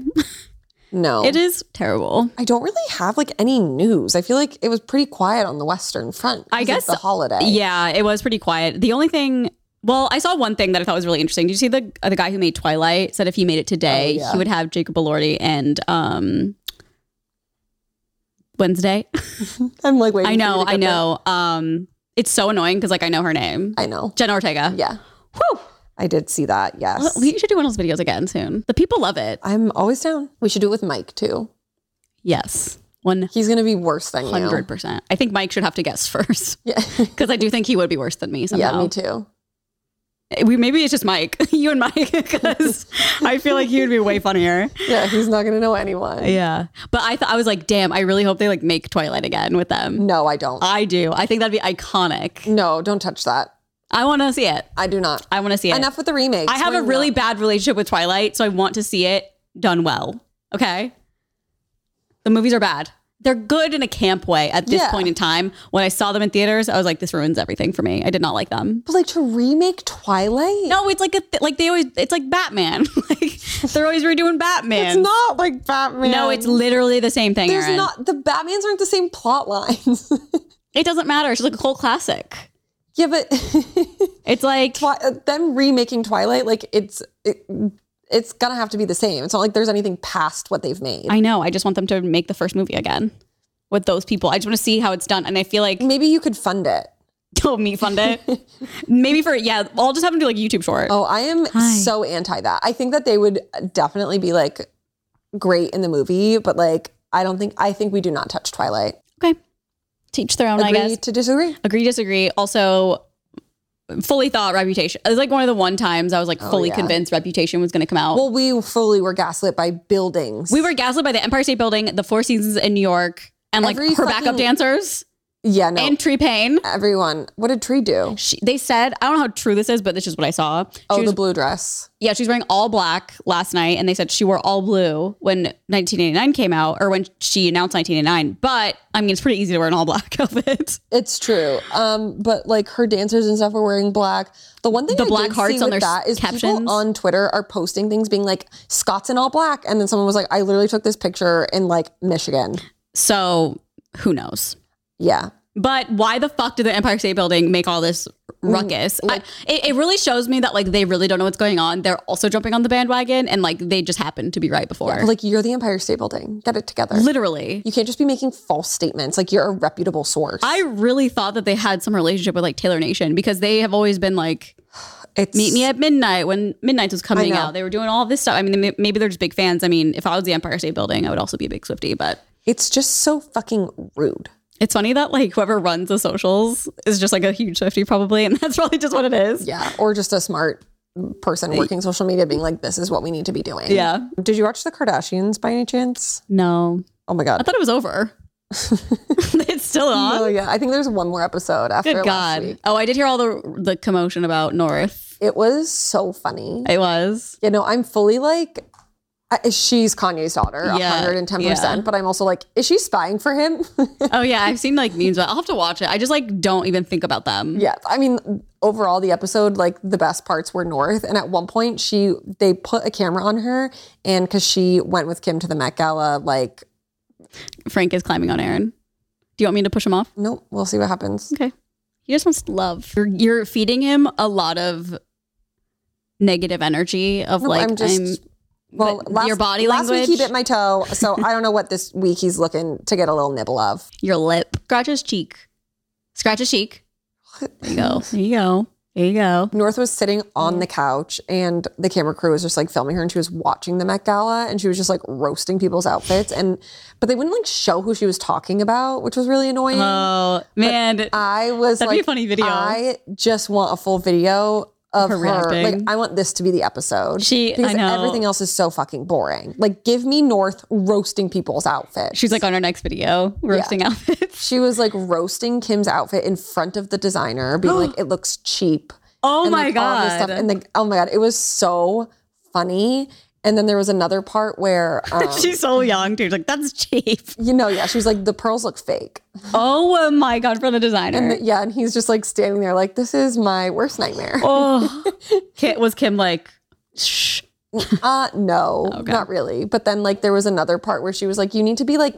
Speaker 2: no
Speaker 1: It is terrible.
Speaker 2: i don't really have like any news i feel like it was pretty quiet on the western front 'cause
Speaker 1: I
Speaker 2: of
Speaker 1: guess-
Speaker 2: the holiday
Speaker 1: Yeah, it was pretty quiet. The only thing well, I saw one thing that I thought was really interesting. Did you see the uh, the guy who made Twilight said if he made it today,
Speaker 2: Oh, yeah.
Speaker 1: he would have Jacob Elordi and um Wednesday.
Speaker 2: i'm like waiting
Speaker 1: I
Speaker 2: for you
Speaker 1: know,
Speaker 2: to get
Speaker 1: I know. Um it's so annoying because like I know her name.
Speaker 2: there. i know
Speaker 1: Jenna Ortega.
Speaker 2: yeah
Speaker 1: Whew.
Speaker 2: i did see that yes
Speaker 1: Well, we should do one of those videos again soon. The people love it.
Speaker 2: i'm always down we should do it with mike too
Speaker 1: Yes. One
Speaker 2: he's gonna be worse than
Speaker 1: hundred percent. I think Mike should have to guess first
Speaker 2: you yeah
Speaker 1: because I do think he would be worse than me
Speaker 2: yeah
Speaker 1: somehow.
Speaker 2: me too
Speaker 1: we maybe it's just Mike, you and Mike, because I feel like he would be way funnier.
Speaker 2: yeah he's not gonna know anyone
Speaker 1: Yeah, but I thought I was like, damn, I really hope they like make Twilight again with them.
Speaker 2: no i don't
Speaker 1: I do. I think that'd be iconic.
Speaker 2: no don't touch that
Speaker 1: I want to see it.
Speaker 2: i do not
Speaker 1: I want to see it.
Speaker 2: enough with the remakes
Speaker 1: I have
Speaker 2: We're
Speaker 1: a really bad relationship with Twilight, so I want to see it done well. Okay. The movies are bad. they're good in a camp way at this
Speaker 2: Yeah.
Speaker 1: point in time. When I saw them in theaters, I was like, this ruins everything for me. I did not like them.
Speaker 2: But like to remake Twilight?
Speaker 1: No, it's like a th- like they always. It's like Batman. like they're always redoing Batman.
Speaker 2: it's not like Batman.
Speaker 1: No, it's literally the same thing.
Speaker 2: there's
Speaker 1: Erin.
Speaker 2: not the Batmans aren't the same plot lines.
Speaker 1: It doesn't matter. It's just like a cult classic.
Speaker 2: yeah, but
Speaker 1: It's like
Speaker 2: Twi- uh, them remaking Twilight, like it's it, it's gonna have to be the same. It's not like there's anything past what they've made.
Speaker 1: I know. I just want them to make the first movie again with those people. I just want to see how it's done. And I feel like
Speaker 2: Maybe you could fund it.
Speaker 1: don't me fund it. Maybe for yeah, I'll just have them do like YouTube short.
Speaker 2: Oh, I am
Speaker 1: Hi.
Speaker 2: so anti that. I think that they would definitely be like great in the movie, but like I don't think I think we do not touch Twilight.
Speaker 1: Okay, teach their own. I
Speaker 2: Agree
Speaker 1: guess.
Speaker 2: to disagree.
Speaker 1: agree disagree also fully thought reputation it was like one of the one times i was like fully
Speaker 2: Oh, yeah.
Speaker 1: convinced reputation was going to come out
Speaker 2: Well, we fully were gaslit by buildings.
Speaker 1: we were gaslit by the empire state building the four seasons in new york and like
Speaker 2: Every
Speaker 1: her backup
Speaker 2: fucking-
Speaker 1: dancers
Speaker 2: yeah, no.
Speaker 1: and tree payne
Speaker 2: everyone, what did Tree do?
Speaker 1: she, they said i don't know how true this is but this is what i saw she
Speaker 2: Oh,
Speaker 1: was,
Speaker 2: the blue dress.
Speaker 1: yeah she's wearing all black last night and they said she wore all blue when 1989 came out or when she announced 1989 but i mean it's pretty easy to wear an all black outfit
Speaker 2: It's true. Um, but like her dancers and stuff were wearing black. The one thing
Speaker 1: The
Speaker 2: I
Speaker 1: black
Speaker 2: did
Speaker 1: hearts
Speaker 2: see
Speaker 1: on their
Speaker 2: with that is
Speaker 1: captions.
Speaker 2: people on Twitter are posting things being like Scots in all black, and then someone was like, "I literally took this picture in like Michigan."
Speaker 1: so who knows
Speaker 2: Yeah,
Speaker 1: But why the fuck did the Empire State Building make all this ruckus? I, it, it really shows me that like they really don't know what's going on. They're also jumping on the bandwagon and like they just happened to be right before.
Speaker 2: like you're the Empire State Building. Get it together.
Speaker 1: Literally.
Speaker 2: You can't just be making false statements. Like you're a reputable source.
Speaker 1: I really thought that they had some relationship with like Taylor Nation because they have always been like
Speaker 2: it's
Speaker 1: meet me at midnight when midnight was coming
Speaker 2: know.
Speaker 1: out. They were doing all this stuff. I mean, they may- maybe they're just big fans. I mean, if I was the Empire State Building, I would also be a big Swifty. But
Speaker 2: It's just so fucking rude.
Speaker 1: it's funny that like whoever runs the socials is just like a huge Swifty probably, and that's probably just what it is.
Speaker 2: Yeah, or just a smart person working social media being like, "This is what we need to be doing."
Speaker 1: yeah.
Speaker 2: Did you watch the Kardashians by any chance?
Speaker 1: No,
Speaker 2: Oh my god.
Speaker 1: I thought it was over. it's still on.
Speaker 2: Oh yeah, I think there's one more episode after
Speaker 1: Good
Speaker 2: last
Speaker 1: God.
Speaker 2: week.
Speaker 1: Oh, I did hear all the the commotion about North.
Speaker 2: It was so funny.
Speaker 1: It was.
Speaker 2: You know, I'm fully like, I, she's Kanye's daughter,
Speaker 1: Yeah,
Speaker 2: 110.
Speaker 1: yeah.
Speaker 2: percent But I'm also like, is she spying for him?
Speaker 1: Oh yeah, I've seen like memes, but I'll have to watch it. I just like don't even think about them.
Speaker 2: yeah. I mean, overall, the episode like the best parts were North, and at one point she they put a camera on her, and because she went with Kim to the Met Gala, like,
Speaker 1: Frank is climbing on Aaron. Do you want me to push him off?
Speaker 2: nope, we'll see what happens.
Speaker 1: Okay. He just wants love. You're, you're feeding him a lot of negative energy of
Speaker 2: No,
Speaker 1: like
Speaker 2: I'm just.
Speaker 1: I'm-
Speaker 2: well,
Speaker 1: but
Speaker 2: last,
Speaker 1: your body
Speaker 2: last week he
Speaker 1: language-
Speaker 2: bit my toe, so I don't know what this week he's looking to get a little nibble of.
Speaker 1: your lip. Scratch his cheek. Scratch his cheek. There you go. There you go. There you go.
Speaker 2: North was sitting on the
Speaker 1: Mm.
Speaker 2: couch and the camera crew was just like filming her and she was watching the Met Gala and she was just like roasting people's outfits and but they wouldn't like show who she was talking about, which was really annoying.
Speaker 1: Oh man.
Speaker 2: I was
Speaker 1: that'd be
Speaker 2: like
Speaker 1: a funny video.
Speaker 2: I just want a full video of
Speaker 1: Her
Speaker 2: her. Like
Speaker 1: reacting.
Speaker 2: I want this to be the episode.
Speaker 1: She-
Speaker 2: because
Speaker 1: I know.
Speaker 2: everything else is so fucking boring. Like give me North roasting people's outfits.
Speaker 1: She's like on our next video, roasting outfits.
Speaker 2: she was like roasting Kim's outfit in front of the designer, being like, it looks cheap.
Speaker 1: Oh
Speaker 2: and,
Speaker 1: my
Speaker 2: like, all this
Speaker 1: God.
Speaker 2: And like, oh my god, it was so funny. And then there was another part where, um,
Speaker 1: She's so young too. She's like, that's cheap.
Speaker 2: you know, yeah, she was like, the pearls look fake.
Speaker 1: Oh my god, for the designer.
Speaker 2: But yeah, and he's just like standing there, like, this is my worst nightmare.
Speaker 1: oh, Kit was Kim like, shh.
Speaker 2: Uh, no, not really. But then like there was another part where she was like, you need to be like,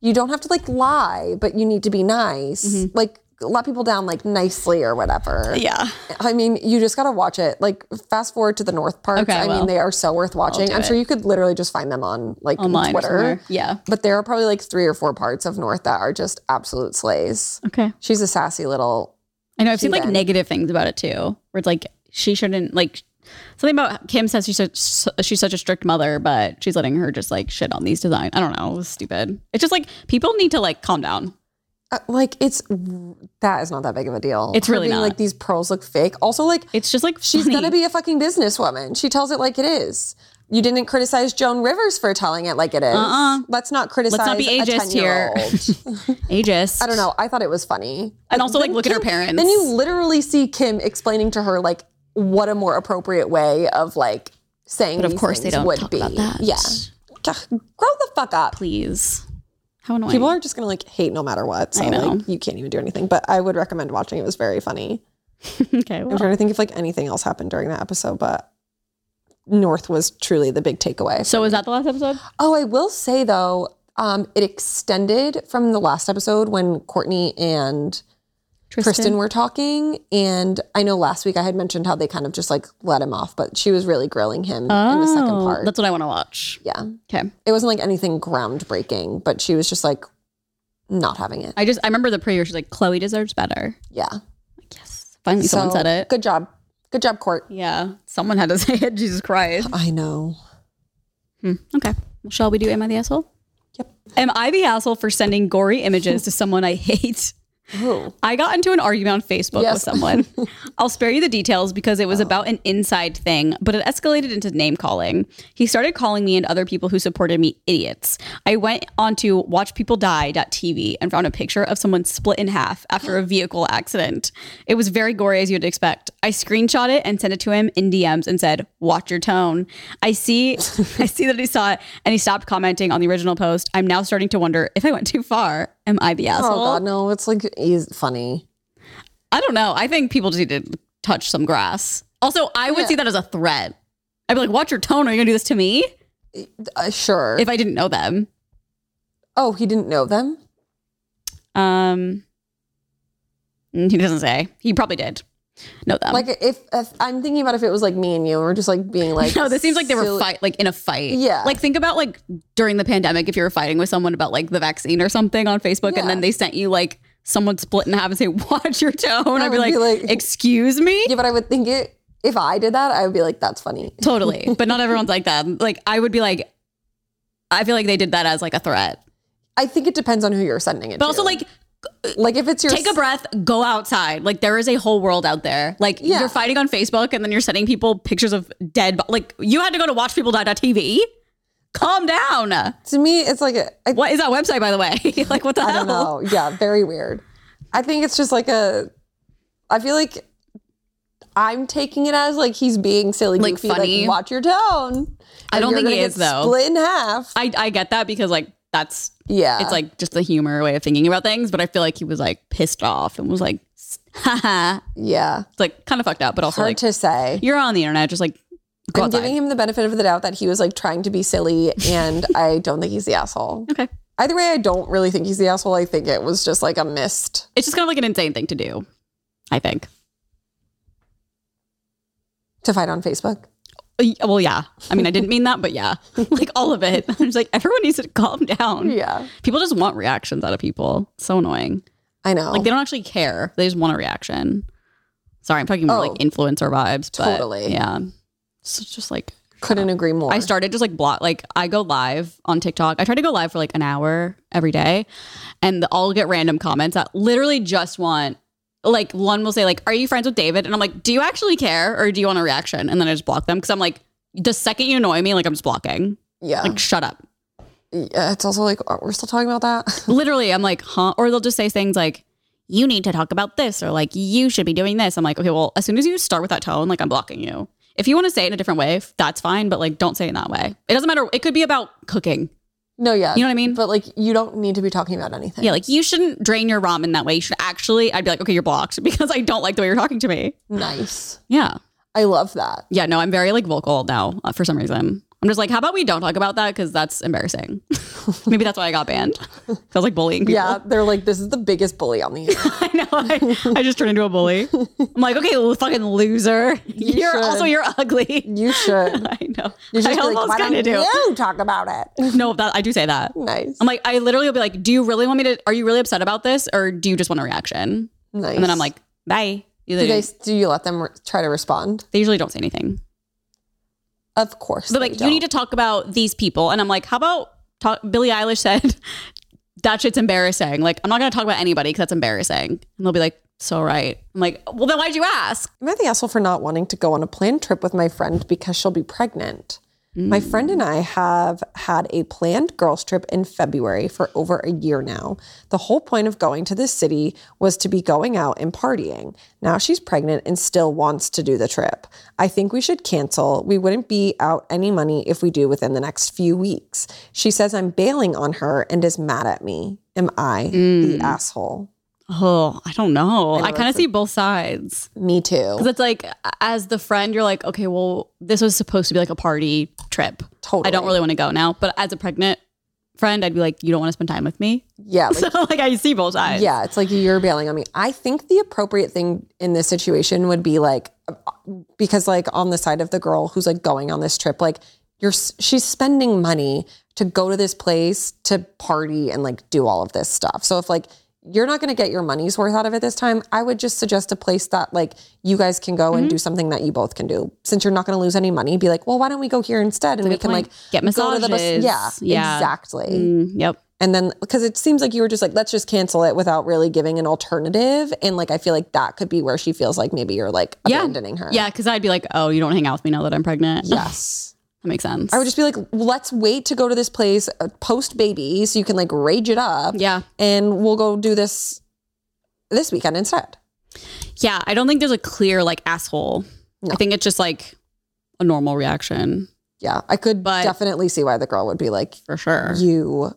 Speaker 2: you don't have to like lie, but you need to be nice,
Speaker 1: Mm-hmm.
Speaker 2: like let people down like nicely or whatever.
Speaker 1: Yeah,
Speaker 2: I mean, you just gotta watch it. Like, fast forward to the North parts.
Speaker 1: Okay,
Speaker 2: I
Speaker 1: well,
Speaker 2: mean, they are so worth watching.
Speaker 1: do
Speaker 2: I'm
Speaker 1: it.
Speaker 2: sure you could literally just find them on like
Speaker 1: online or
Speaker 2: Twitter.
Speaker 1: somewhere. Yeah.
Speaker 2: But there are probably like three or four parts of North that are just absolute slays.
Speaker 1: Okay.
Speaker 2: She's a sassy little.
Speaker 1: I know. I've seen like
Speaker 2: then.
Speaker 1: negative things about it too, where it's like she shouldn't like something about Kim says she's such, she's such a strict mother, but she's letting her just like shit on these designs. I don't know. It was stupid. It's just like people need to like calm down.
Speaker 2: uh, Like it's that is not that big of a deal.
Speaker 1: It's
Speaker 2: Her
Speaker 1: really
Speaker 2: being
Speaker 1: not.
Speaker 2: like these pearls look fake. Also, like
Speaker 1: It's just like
Speaker 2: she's
Speaker 1: funny.
Speaker 2: gonna be a fucking businesswoman. She tells it like it is. You didn't criticize Joan Rivers for telling it like it is.
Speaker 1: Uh-uh.
Speaker 2: Let's not criticize.
Speaker 1: be
Speaker 2: a
Speaker 1: ageist here.
Speaker 2: 10-year-old.
Speaker 1: ageist.
Speaker 2: I don't know. I thought it was funny.
Speaker 1: And also, like, look at her
Speaker 2: Kim-
Speaker 1: parents.
Speaker 2: Then you literally see Kim explaining to her like what a more appropriate way of like saying.
Speaker 1: But of
Speaker 2: these
Speaker 1: course they
Speaker 2: things
Speaker 1: don't
Speaker 2: would
Speaker 1: talk
Speaker 2: be.
Speaker 1: about that.
Speaker 2: Yeah, Ugh, grow the fuck up.
Speaker 1: Please. How annoying.
Speaker 2: People are just gonna like hate no matter what. So
Speaker 1: I know.
Speaker 2: like you can't even do anything. But I would recommend watching. It was very funny.
Speaker 1: okay.
Speaker 2: I'm
Speaker 1: Well,
Speaker 2: trying to think if like anything else happened during that episode, but North was truly the big takeaway.
Speaker 1: so was that the last episode?
Speaker 2: Oh, I will say though, um, it extended from the last episode when Courtney and Kristen. were talking. And I know last week I had mentioned how they kind of just like let him off, but she was really grilling him in the second
Speaker 1: Oh,
Speaker 2: part.
Speaker 1: That's what I want to watch.
Speaker 2: yeah.
Speaker 1: Okay.
Speaker 2: It wasn't like anything groundbreaking, but she was just like not having it.
Speaker 1: I just I remember the prayer. She's like, Chloe deserves better.
Speaker 2: Yeah.
Speaker 1: Like, yes. Finally, someone
Speaker 2: So,
Speaker 1: said it.
Speaker 2: Good job. Good job, Court.
Speaker 1: Yeah. Someone had to say it. Jesus Christ.
Speaker 2: I know.
Speaker 1: Hmm. Okay. Well, shall we do Am I the Asshole?
Speaker 2: Yep.
Speaker 1: Am I the asshole for sending gory images to someone I hate?
Speaker 2: Ooh.
Speaker 1: I got into an argument on Facebook
Speaker 2: Yes. Oh.
Speaker 1: with someone. I'll spare you the details because it was about an inside thing, but it escalated into name calling. He started calling me and other people who supported me idiots. I went onto watchpeopledie.tv and found a picture of someone split in half after a vehicle accident. It was very gory as you'd expect. I screenshot it and sent it to him in DMs and said, "Watch your tone." I see I see that he saw it and he stopped commenting on the original post. I'm now starting to wonder if I went too far. Am I the asshole?
Speaker 2: Oh God, no! It's like eas funny.
Speaker 1: I don't know. I think people just need to touch some grass. Also, I would
Speaker 2: Yeah.
Speaker 1: see that as a threat. I'd be like, watch your tone. Are you going to do this to me?
Speaker 2: Uh, sure.
Speaker 1: If I didn't know them.
Speaker 2: oh, he didn't know them.
Speaker 1: Um, mm, he doesn't say. He probably did know them.
Speaker 2: like if, if I'm thinking about if it was like me and you, and we're just like being like,
Speaker 1: no, this seems like they were
Speaker 2: silly-
Speaker 1: fight like in a fight.
Speaker 2: Yeah.
Speaker 1: Like think about like during the pandemic, if you were fighting with someone about like the vaccine or something on Facebook,
Speaker 2: Yeah.
Speaker 1: and then they sent you like someone split in half and say, "Watch your tone." I'd be
Speaker 2: would
Speaker 1: like,
Speaker 2: be like-
Speaker 1: "Excuse me."
Speaker 2: Yeah, but I would think it if I did that, I would be like, that's funny.
Speaker 1: Totally. But not everyone's like that. Like I would be like, I feel like they did that as like a threat.
Speaker 2: I think it depends on who you're sending it.
Speaker 1: But
Speaker 2: to.
Speaker 1: also like
Speaker 2: like if it's your
Speaker 1: take a breath, go outside. Like there is a whole world out there. Like
Speaker 2: Yeah.
Speaker 1: you're fighting on Facebook and then you're sending people pictures of dead bo- like you had to go to watchpeopledie.tv. Calm down.
Speaker 2: to me, it's like a, I,
Speaker 1: What is that website by the way? like what the
Speaker 2: I
Speaker 1: hell?
Speaker 2: don't know. Yeah, very weird. I think it's just like a. I feel like I'm taking it as like he's being silly,
Speaker 1: Like
Speaker 2: goofy,
Speaker 1: funny.
Speaker 2: Like, watch your tone.
Speaker 1: I don't think
Speaker 2: Or you're
Speaker 1: he
Speaker 2: gonna
Speaker 1: is,
Speaker 2: get
Speaker 1: though.
Speaker 2: Split in half.
Speaker 1: I I get that because like that's
Speaker 2: yeah,
Speaker 1: it's like just a humor way of thinking about things, but I feel like he was like pissed off and was like haha.
Speaker 2: yeah,
Speaker 1: It's like kind of fucked up, but also
Speaker 2: hard
Speaker 1: like
Speaker 2: to say.
Speaker 1: you're on the internet just like go
Speaker 2: I'm
Speaker 1: outside.
Speaker 2: giving him the benefit of the doubt that he was like trying to be silly, and I don't think he's the asshole.
Speaker 1: okay.
Speaker 2: Either way, I don't really think he's the asshole. I think it was just like a missed.
Speaker 1: It's just kind of like an insane thing to do, I think.
Speaker 2: to fight on Facebook.
Speaker 1: Uh, Well, yeah. I mean, I didn't mean that, but yeah, like all of it. I'm just like, everyone needs to calm down.
Speaker 2: Yeah,
Speaker 1: People just want reactions out of people. It's so annoying.
Speaker 2: I know.
Speaker 1: Like they don't actually care. They just want a reaction. Sorry, I'm talking about
Speaker 2: Oh.
Speaker 1: like influencer vibes. But
Speaker 2: Totally.
Speaker 1: Yeah. So it's just like
Speaker 2: Couldn't agree more.
Speaker 1: I started just like block. Like I go live on TikTok. I try to go live for like an hour every day, and I'll get random comments that literally just want. Like one will say like, "Are you friends with David?" And I'm like, "Do you actually care, or do you want a reaction?" And then I just block them because I'm like, the second you annoy me, like I'm just blocking.
Speaker 2: yeah.
Speaker 1: Like shut up.
Speaker 2: yeah, it's also like oh, we're still talking about that.
Speaker 1: literally, I'm like, huh? Or they'll just say things like, "You need to talk about this," or like, "You should be doing this." I'm like, okay, well, as soon as you start with that tone, like I'm blocking you. If you want to say it in a different way, that's fine, but like don't say it in that way. It doesn't matter. It could be about cooking.
Speaker 2: no, yeah,
Speaker 1: You know what I mean?
Speaker 2: but like you don't need to be talking about anything.
Speaker 1: Yeah, like you shouldn't drain your ramen that way. You should actually, I'd be like, okay, you're blocked because I don't like the way you're talking to me.
Speaker 2: nice.
Speaker 1: Yeah.
Speaker 2: I love that.
Speaker 1: Yeah. No, I'm very like vocal now uh, for some reason. I'm just like, how about we don't talk about that? Cause that's embarrassing. Maybe that's why I got banned. 'Cause I was like bullying people.
Speaker 2: Yeah, they're like this is the biggest bully on the internet.
Speaker 1: I know. I, I just turned into a bully. I'm like, okay, well, fucking loser.
Speaker 2: You
Speaker 1: You are
Speaker 2: should.
Speaker 1: also, you're ugly.
Speaker 2: you should.
Speaker 1: I know.
Speaker 2: You should
Speaker 1: I
Speaker 2: be like,
Speaker 1: almost
Speaker 2: why
Speaker 1: kind
Speaker 2: don't
Speaker 1: of do.
Speaker 2: you talk about it?
Speaker 1: No, that, I do say that.
Speaker 2: nice.
Speaker 1: I'm like, I literally will be like, do you really want me to, are you really upset about this? Or do you just want a reaction?
Speaker 2: nice.
Speaker 1: And then I'm like, bye. You
Speaker 2: do they? Do you let them re- try to respond?
Speaker 1: they usually don't say anything.
Speaker 2: Of course.
Speaker 1: They're like, you need to talk about these people. And I'm like, how about talk? Billie Eilish said, that shit's embarrassing. Like, I'm not going to talk about anybody because that's embarrassing. And they'll be like, so right. I'm like, well, then why'd you ask?
Speaker 2: Am I the asshole for not wanting to go on a planned trip with my friend because she'll be pregnant? My friend and I have had a planned girls' trip in February for over a year now. The whole point of going to this city was to be going out and partying. Now she's pregnant and still wants to do the trip. I think we should cancel. We wouldn't be out any money if we do within the next few weeks. She says I'm bailing on her and is mad at me. Am I the asshole?
Speaker 1: Oh, I don't know.
Speaker 2: I know,
Speaker 1: I kind of
Speaker 2: it's
Speaker 1: see both sides.
Speaker 2: Me too.
Speaker 1: Because it's like, as the friend, you're like, okay, well, this was supposed to be like a party trip.
Speaker 2: Totally.
Speaker 1: I don't really want to go now. But as a pregnant friend, I'd be like, you don't want to spend time with me.
Speaker 2: Yeah. Like,
Speaker 1: so like, I see both sides.
Speaker 2: yeah. It's like you're bailing on me. I think the appropriate thing in this situation would be like, because like on the side of the girl who's like going on this trip, like you're, s- she's spending money to go to this place to party and like do all of this stuff. So if like, you're not going to get your money's worth out of it this time. I would just suggest a place that like you guys can go
Speaker 1: Mm-hmm.
Speaker 2: and do something that you both can do. Since you're not going to lose any money, be like, well, why don't we go here instead, and we
Speaker 1: good
Speaker 2: can
Speaker 1: point.
Speaker 2: like
Speaker 1: Get massages.
Speaker 2: Yeah,
Speaker 1: Yeah.
Speaker 2: exactly.
Speaker 1: Mm, yep.
Speaker 2: And then, because it seems like you were just like, let's just cancel it without really giving an alternative. And like, I feel like that could be where she feels like maybe you're like
Speaker 1: Yeah.
Speaker 2: abandoning her.
Speaker 1: Yeah. Because I'd be like, oh, you don't hang out with me now that I'm pregnant.
Speaker 2: Yes.
Speaker 1: that makes sense.
Speaker 2: I would just be like, let's wait to go to this place uh, post baby so you can like rage it up.
Speaker 1: yeah.
Speaker 2: And we'll go do this this weekend instead.
Speaker 1: Yeah. I don't think there's a clear like asshole.
Speaker 2: No.
Speaker 1: I think it's just like a normal reaction
Speaker 2: Yeah. I could
Speaker 1: But-
Speaker 2: definitely see why the girl would be like,
Speaker 1: for sure.
Speaker 2: you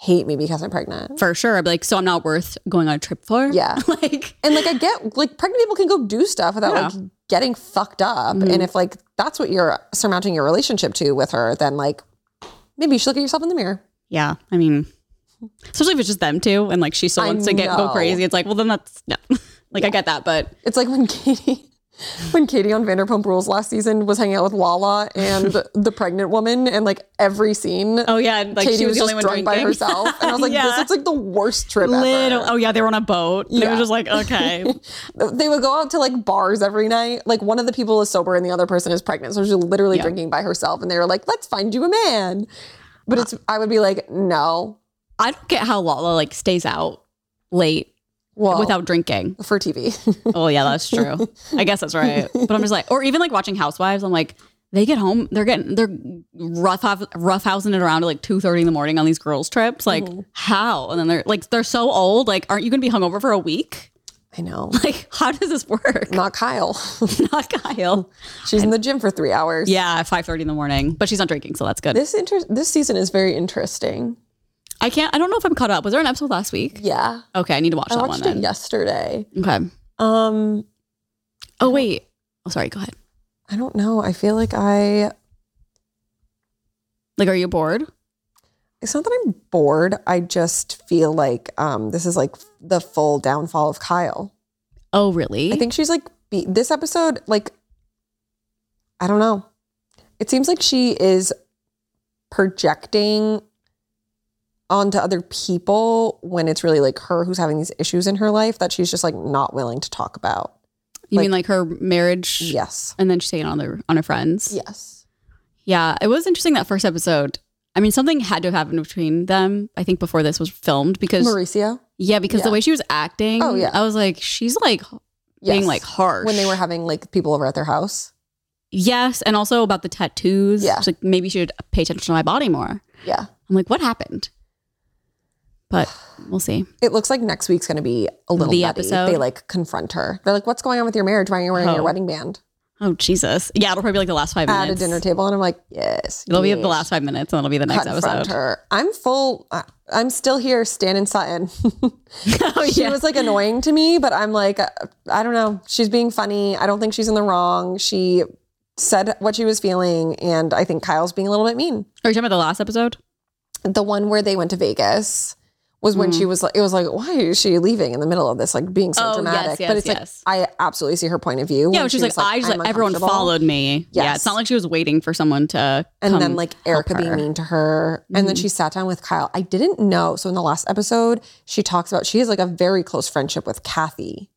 Speaker 2: hate me because I'm pregnant.
Speaker 1: for sure. I'd be like, so I'm not worth going on a trip for.
Speaker 2: Yeah.
Speaker 1: like,
Speaker 2: And like, I get like pregnant people can go do stuff without
Speaker 1: Yeah. Mm-hmm.
Speaker 2: like getting fucked up. And if like that's what you're surmounting your relationship to with her, then like maybe you should look at yourself in the mirror.
Speaker 1: yeah. I mean, especially if it's just them two and like she still
Speaker 2: I
Speaker 1: wants to get go
Speaker 2: know.
Speaker 1: crazy. It's like, well, then that's no. like, I get that, but
Speaker 2: It's like when Katie, when Katie on Vanderpump Rules last season was hanging out with Lala and the pregnant woman, and like every scene,
Speaker 1: oh yeah, and, like
Speaker 2: Katie
Speaker 1: she was,
Speaker 2: was,
Speaker 1: the only
Speaker 2: just
Speaker 1: one drinking
Speaker 2: drunk by herself. And I was like,
Speaker 1: Yeah.
Speaker 2: this is like the worst trip
Speaker 1: Little,
Speaker 2: ever.
Speaker 1: oh yeah, they were on a boat. And it
Speaker 2: Yeah.
Speaker 1: was just like, okay,
Speaker 2: They would go out to like bars every night. Like one of the people is sober and the other person is pregnant, so she's literally
Speaker 1: Yeah.
Speaker 2: drinking by herself. And they were like, let's find you a man.
Speaker 1: Uh,
Speaker 2: But it's, I would be like, no,
Speaker 1: I don't get how Lala like stays out late
Speaker 2: well,
Speaker 1: without drinking.
Speaker 2: for TV.
Speaker 1: Oh yeah, that's true. I guess that's right. But I'm just like, or even like watching Housewives, I'm like, they get home, they're getting they're rough rough housing it around at like two thirty in the morning on these girls trips. Like
Speaker 2: Mm-hmm.
Speaker 1: how? And then they're like they're so old. Like, aren't you gonna be hungover for a week?
Speaker 2: I know.
Speaker 1: Like, how does this work?
Speaker 2: Not Kyle.
Speaker 1: not Kyle.
Speaker 2: She's in the gym for three hours.
Speaker 1: Yeah, five thirty in the morning, but she's not drinking, so that's good.
Speaker 2: This inter- this season is very interesting.
Speaker 1: I can't. I don't know if I'm caught up. Was there an episode last week?
Speaker 2: Yeah.
Speaker 1: Okay, I need to watch
Speaker 2: I
Speaker 1: that one.
Speaker 2: watched it
Speaker 1: Then.
Speaker 2: yesterday.
Speaker 1: Okay.
Speaker 2: Um,
Speaker 1: Oh wait. Oh sorry. Go ahead.
Speaker 2: I don't know. I feel like I.
Speaker 1: Like, are you bored?
Speaker 2: It's not that I'm bored. I just feel like um, this is like the full downfall of Kyle.
Speaker 1: Oh really?
Speaker 2: I think she's like be- this episode. Like, I don't know. It seems like she is projecting onto other people when it's really like her who's having these issues in her life that she's just like not willing to talk about.
Speaker 1: you
Speaker 2: like-
Speaker 1: mean like her marriage?
Speaker 2: Yes.
Speaker 1: and then she's taking it on their on her friends. Yeah.
Speaker 2: Yes.
Speaker 1: it was interesting that first episode. I mean, something had to have happened between them. I think before this was filmed because
Speaker 2: Mauricio.
Speaker 1: yeah, because
Speaker 2: yeah.
Speaker 1: the way she was acting,
Speaker 2: Oh, yeah.
Speaker 1: I was like, she's like being
Speaker 2: Yes.
Speaker 1: like harsh
Speaker 2: when they were having like people over at their house.
Speaker 1: yes, and also about the tattoos.
Speaker 2: Yeah.
Speaker 1: She's like maybe she should pay attention to my body more.
Speaker 2: Yeah.
Speaker 1: I'm like, what happened? But we'll see.
Speaker 2: It looks like next week's going to be a little
Speaker 1: The
Speaker 2: nutty.
Speaker 1: episode?
Speaker 2: They like confront her. They're like, "What's going on with your marriage? Why are you wearing your
Speaker 1: Oh.
Speaker 2: wedding band
Speaker 1: Oh Jesus, yeah, it'll probably be like the last five
Speaker 2: at
Speaker 1: minutes
Speaker 2: a dinner table?" And I'm like, "Yes,
Speaker 1: It'll be
Speaker 2: yes.
Speaker 1: the last five minutes, and it'll be the next
Speaker 2: confront
Speaker 1: episode.
Speaker 2: her." I'm full. I, I'm still here, Stan and Sutton.
Speaker 1: oh
Speaker 2: she
Speaker 1: yeah,
Speaker 2: was like annoying to me, but I'm like, uh, I don't know. She's being funny. I don't think she's in the wrong. She said what she was feeling, and I think Kyle's being a little bit mean.
Speaker 1: are you talking about the last episode?
Speaker 2: the one where they went to Vegas was when she was like, it was like, why is she leaving in the middle of this? Like being so
Speaker 1: Hmm. Oh,
Speaker 2: dramatic.
Speaker 1: yes,
Speaker 2: but
Speaker 1: yes,
Speaker 2: it's
Speaker 1: yes.
Speaker 2: like, I absolutely see her point of view.
Speaker 1: Yeah,
Speaker 2: when
Speaker 1: she's
Speaker 2: she
Speaker 1: like,
Speaker 2: was
Speaker 1: I just
Speaker 2: "I'm
Speaker 1: like everyone
Speaker 2: uncomfortable."
Speaker 1: followed me. Yeah,
Speaker 2: Yes.
Speaker 1: it's not like she was waiting for someone to.
Speaker 2: And
Speaker 1: come
Speaker 2: then like Erica
Speaker 1: help her.
Speaker 2: being
Speaker 1: Mm-hmm.
Speaker 2: mean to her. And then she sat down with Kyle. I didn't know. So in the last episode, she talks about, she has like a very close friendship with Kathy.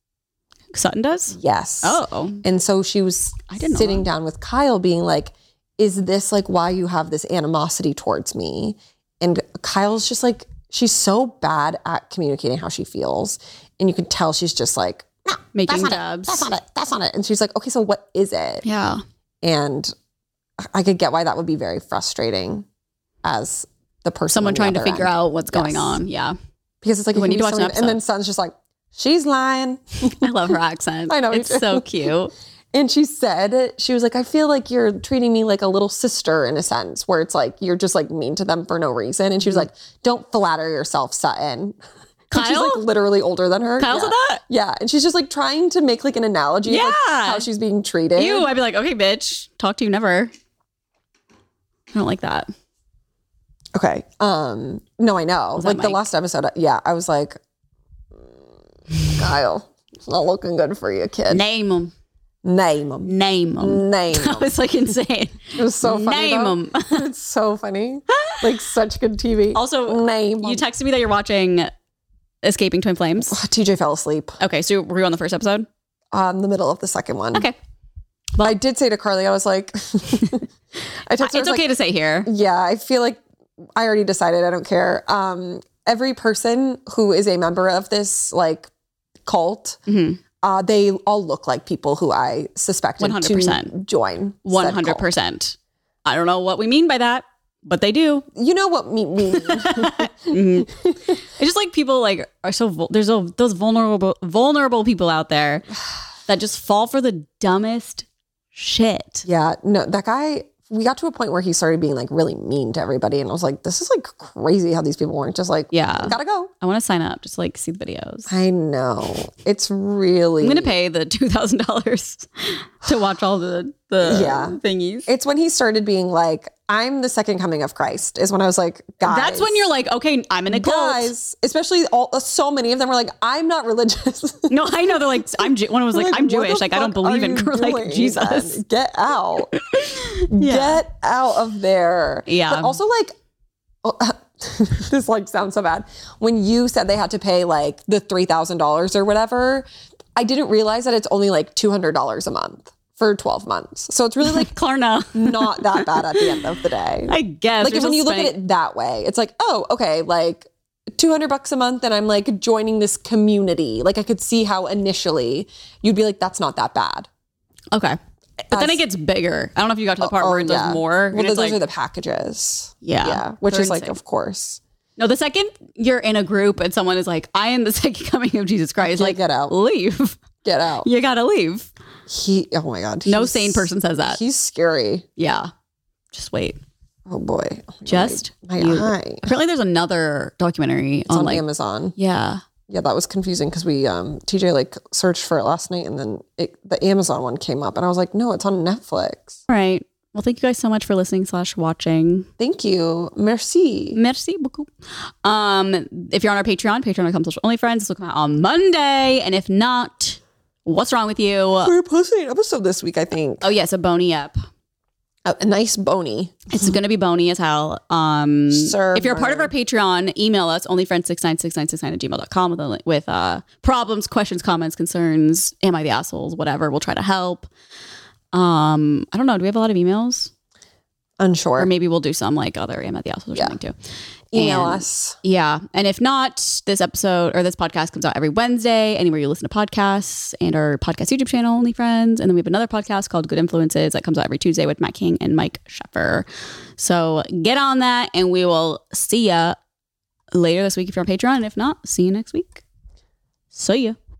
Speaker 1: Sutton does.
Speaker 2: Yes.
Speaker 1: Oh,
Speaker 2: And so she was
Speaker 1: I didn't know
Speaker 2: sitting
Speaker 1: that.
Speaker 2: down with Kyle being like, is this like why you have this animosity towards me? And Kyle's just like, she's so bad at communicating how she feels. And you can tell she's just like, no,
Speaker 1: making
Speaker 2: that's not it.
Speaker 1: dubs.
Speaker 2: That's not it. That's not it. And she's like, okay, so what is it?
Speaker 1: Yeah,
Speaker 2: And I could get why that would be very frustrating as the person.
Speaker 1: Someone
Speaker 2: on the
Speaker 1: trying to
Speaker 2: other
Speaker 1: figure
Speaker 2: end.
Speaker 1: out what's going
Speaker 2: Yes.
Speaker 1: on. Yeah.
Speaker 2: because it's like
Speaker 1: We
Speaker 2: it can
Speaker 1: need
Speaker 2: be
Speaker 1: to watch an
Speaker 2: something- and then son's just like she's lying,
Speaker 1: I love her accent.
Speaker 2: I know, me
Speaker 1: It's
Speaker 2: too.
Speaker 1: so cute.
Speaker 2: and she said it- she was like I feel like you're treating me like a little sister in a sense where it's like you're just like mean to them for no reason, and she was
Speaker 1: Mm-hmm.
Speaker 2: like don't flatter yourself, Sutton. And she's
Speaker 1: Kyle?
Speaker 2: like literally older than her.
Speaker 1: Kyle
Speaker 2: yeah.
Speaker 1: said that?
Speaker 2: Yeah, and she's just like trying to make like an analogy of like,
Speaker 1: Yeah.
Speaker 2: how she's being treated.
Speaker 1: You, I'd be like, okay, bitch, talk to you never. I don't like that.
Speaker 2: Okay. Um. No, I know.
Speaker 1: Was that
Speaker 2: Like the
Speaker 1: Mike?
Speaker 2: last episode, yeah, I was like, mm, Kyle, it's not looking good for you, kid.
Speaker 1: Name them.
Speaker 2: Name him.
Speaker 1: Name them.
Speaker 2: Name
Speaker 1: That
Speaker 2: 'em.
Speaker 1: was like insane.
Speaker 2: It was so funny.
Speaker 1: Name
Speaker 2: though.
Speaker 1: them.
Speaker 2: It's so funny. Like such good TV.
Speaker 1: Also,
Speaker 2: name
Speaker 1: You
Speaker 2: you
Speaker 1: texted me that you're watching Escaping Twin Flames.
Speaker 2: TJ fell asleep.
Speaker 1: Okay, so were you on the first episode?
Speaker 2: Um, the middle of the second one.
Speaker 1: Okay.
Speaker 2: But I did say to Carly, I was like, I texted her. I was
Speaker 1: it's
Speaker 2: like,
Speaker 1: okay to say here.
Speaker 2: Yeah, I feel like I already decided I don't care. Um, every person who is a member of this like cult,
Speaker 1: Mhm.
Speaker 2: uh, they all look like people who I suspected
Speaker 1: 100%.
Speaker 2: to join. said
Speaker 1: One hundred
Speaker 2: cult.
Speaker 1: percent. I don't know what we mean by that, but they do.
Speaker 2: You know what me, me
Speaker 1: Mhm. it's just like people like are so vul- there's a, those vulnerable vulnerable people out there that just fall for the dumbest shit.
Speaker 2: Yeah, no, that guy. We got to a point where he started being like really mean to everybody, and I was like, "This is like crazy how these people weren't just like,
Speaker 1: Yeah,
Speaker 2: gotta go."
Speaker 1: I want to sign up just like see the videos.
Speaker 2: I know it's really.
Speaker 1: I'm gonna pay the two thousand dollars to watch all the the
Speaker 2: Yeah.
Speaker 1: thingies.
Speaker 2: It's when he started being like, "I'm the second coming of Christ." Is when I was like, "Guys,
Speaker 1: That's when you're like, okay, I'm in a cult.
Speaker 2: guys, especially all so many of them were like, "I'm not religious."
Speaker 1: No, I know. They're like, I'm Ju- one was like,
Speaker 2: Like,
Speaker 1: I'm
Speaker 2: what the
Speaker 1: Jewish. Like, I don't
Speaker 2: fuck are
Speaker 1: believe in
Speaker 2: you
Speaker 1: like
Speaker 2: doing,
Speaker 1: Jesus.
Speaker 2: man? Get out.
Speaker 1: Yeah.
Speaker 2: Get out of there.
Speaker 1: Yeah.
Speaker 2: But also like oh, this like sounds so bad. When you said they had to pay like the $3,000 or whatever, I didn't realize that it's only like $200 a month for 12 months. So it's really like
Speaker 1: Klarna.
Speaker 2: not that bad at the end of the day.
Speaker 1: I guess.
Speaker 2: like
Speaker 1: You're
Speaker 2: when
Speaker 1: still
Speaker 2: you look at
Speaker 1: spending-
Speaker 2: it that way, it's like, "Oh, okay, like 200 bucks a month and I'm like joining this community." Like I could see how initially you'd be like that's not that bad.
Speaker 1: okay. But then
Speaker 2: As-
Speaker 1: it gets bigger. I don't know if you got to the part
Speaker 2: Oh,
Speaker 1: where it does
Speaker 2: yeah.
Speaker 1: more. and
Speaker 2: Well,
Speaker 1: it's
Speaker 2: those
Speaker 1: like,
Speaker 2: are the packages.
Speaker 1: yeah,
Speaker 2: Yeah, which
Speaker 1: They're
Speaker 2: is like,
Speaker 1: insane.
Speaker 2: of course,
Speaker 1: no. The second you're in a group and someone is like, "I am the second coming of Jesus Christ," like,
Speaker 2: get out.
Speaker 1: leave.
Speaker 2: get out.
Speaker 1: You gotta leave.
Speaker 2: He, oh my god,
Speaker 1: No
Speaker 2: he's-
Speaker 1: sane person says that.
Speaker 2: He's scary.
Speaker 1: Yeah, just wait.
Speaker 2: Oh boy, Oh my
Speaker 1: Just
Speaker 2: God, my
Speaker 1: you.
Speaker 2: eye.
Speaker 1: Apparently, there's another documentary
Speaker 2: It's
Speaker 1: on
Speaker 2: on
Speaker 1: like,
Speaker 2: Amazon.
Speaker 1: yeah,
Speaker 2: Yeah, that was confusing because we um TJ like searched for it last night and then it, the Amazon one came up and I was like, no, it's on Netflix.
Speaker 1: all right. Well, thank you guys so much for listening slash watching.
Speaker 2: Thank you, merci.
Speaker 1: Merci beaucoup. Um, if you're on our Patreon, patreon.com social only friends, this will come out on Monday. And if not, what's wrong with you? Oh
Speaker 2: We're posting an episode this week, I think.
Speaker 1: yes, a bony up.
Speaker 2: A, a nice bony.
Speaker 1: It's gonna be bony as hell. Um
Speaker 2: Sir,
Speaker 1: if you're a part of our
Speaker 2: murder.
Speaker 1: Patreon, email us onlyfriends696969 at gmail.com with a li- with uh problems, questions, comments, concerns, am I the assholes, whatever. We'll try to help. Um, I don't know. Do we have a lot of emails? Or
Speaker 2: Unsure.
Speaker 1: maybe we'll do some like other am I the assholes or
Speaker 2: Yeah.
Speaker 1: something too.
Speaker 2: Email
Speaker 1: And-
Speaker 2: us.
Speaker 1: Yeah. And if not, this episode or this podcast comes out every Wednesday, anywhere you listen to podcasts and our podcast YouTube channel, Only Friends. And then we have another podcast called Good Influences that comes out every Tuesday with Matt King and Mike Sheffer. So get on that and we will see ya later this week if you're on Patreon. And if not, see you next week. See ya.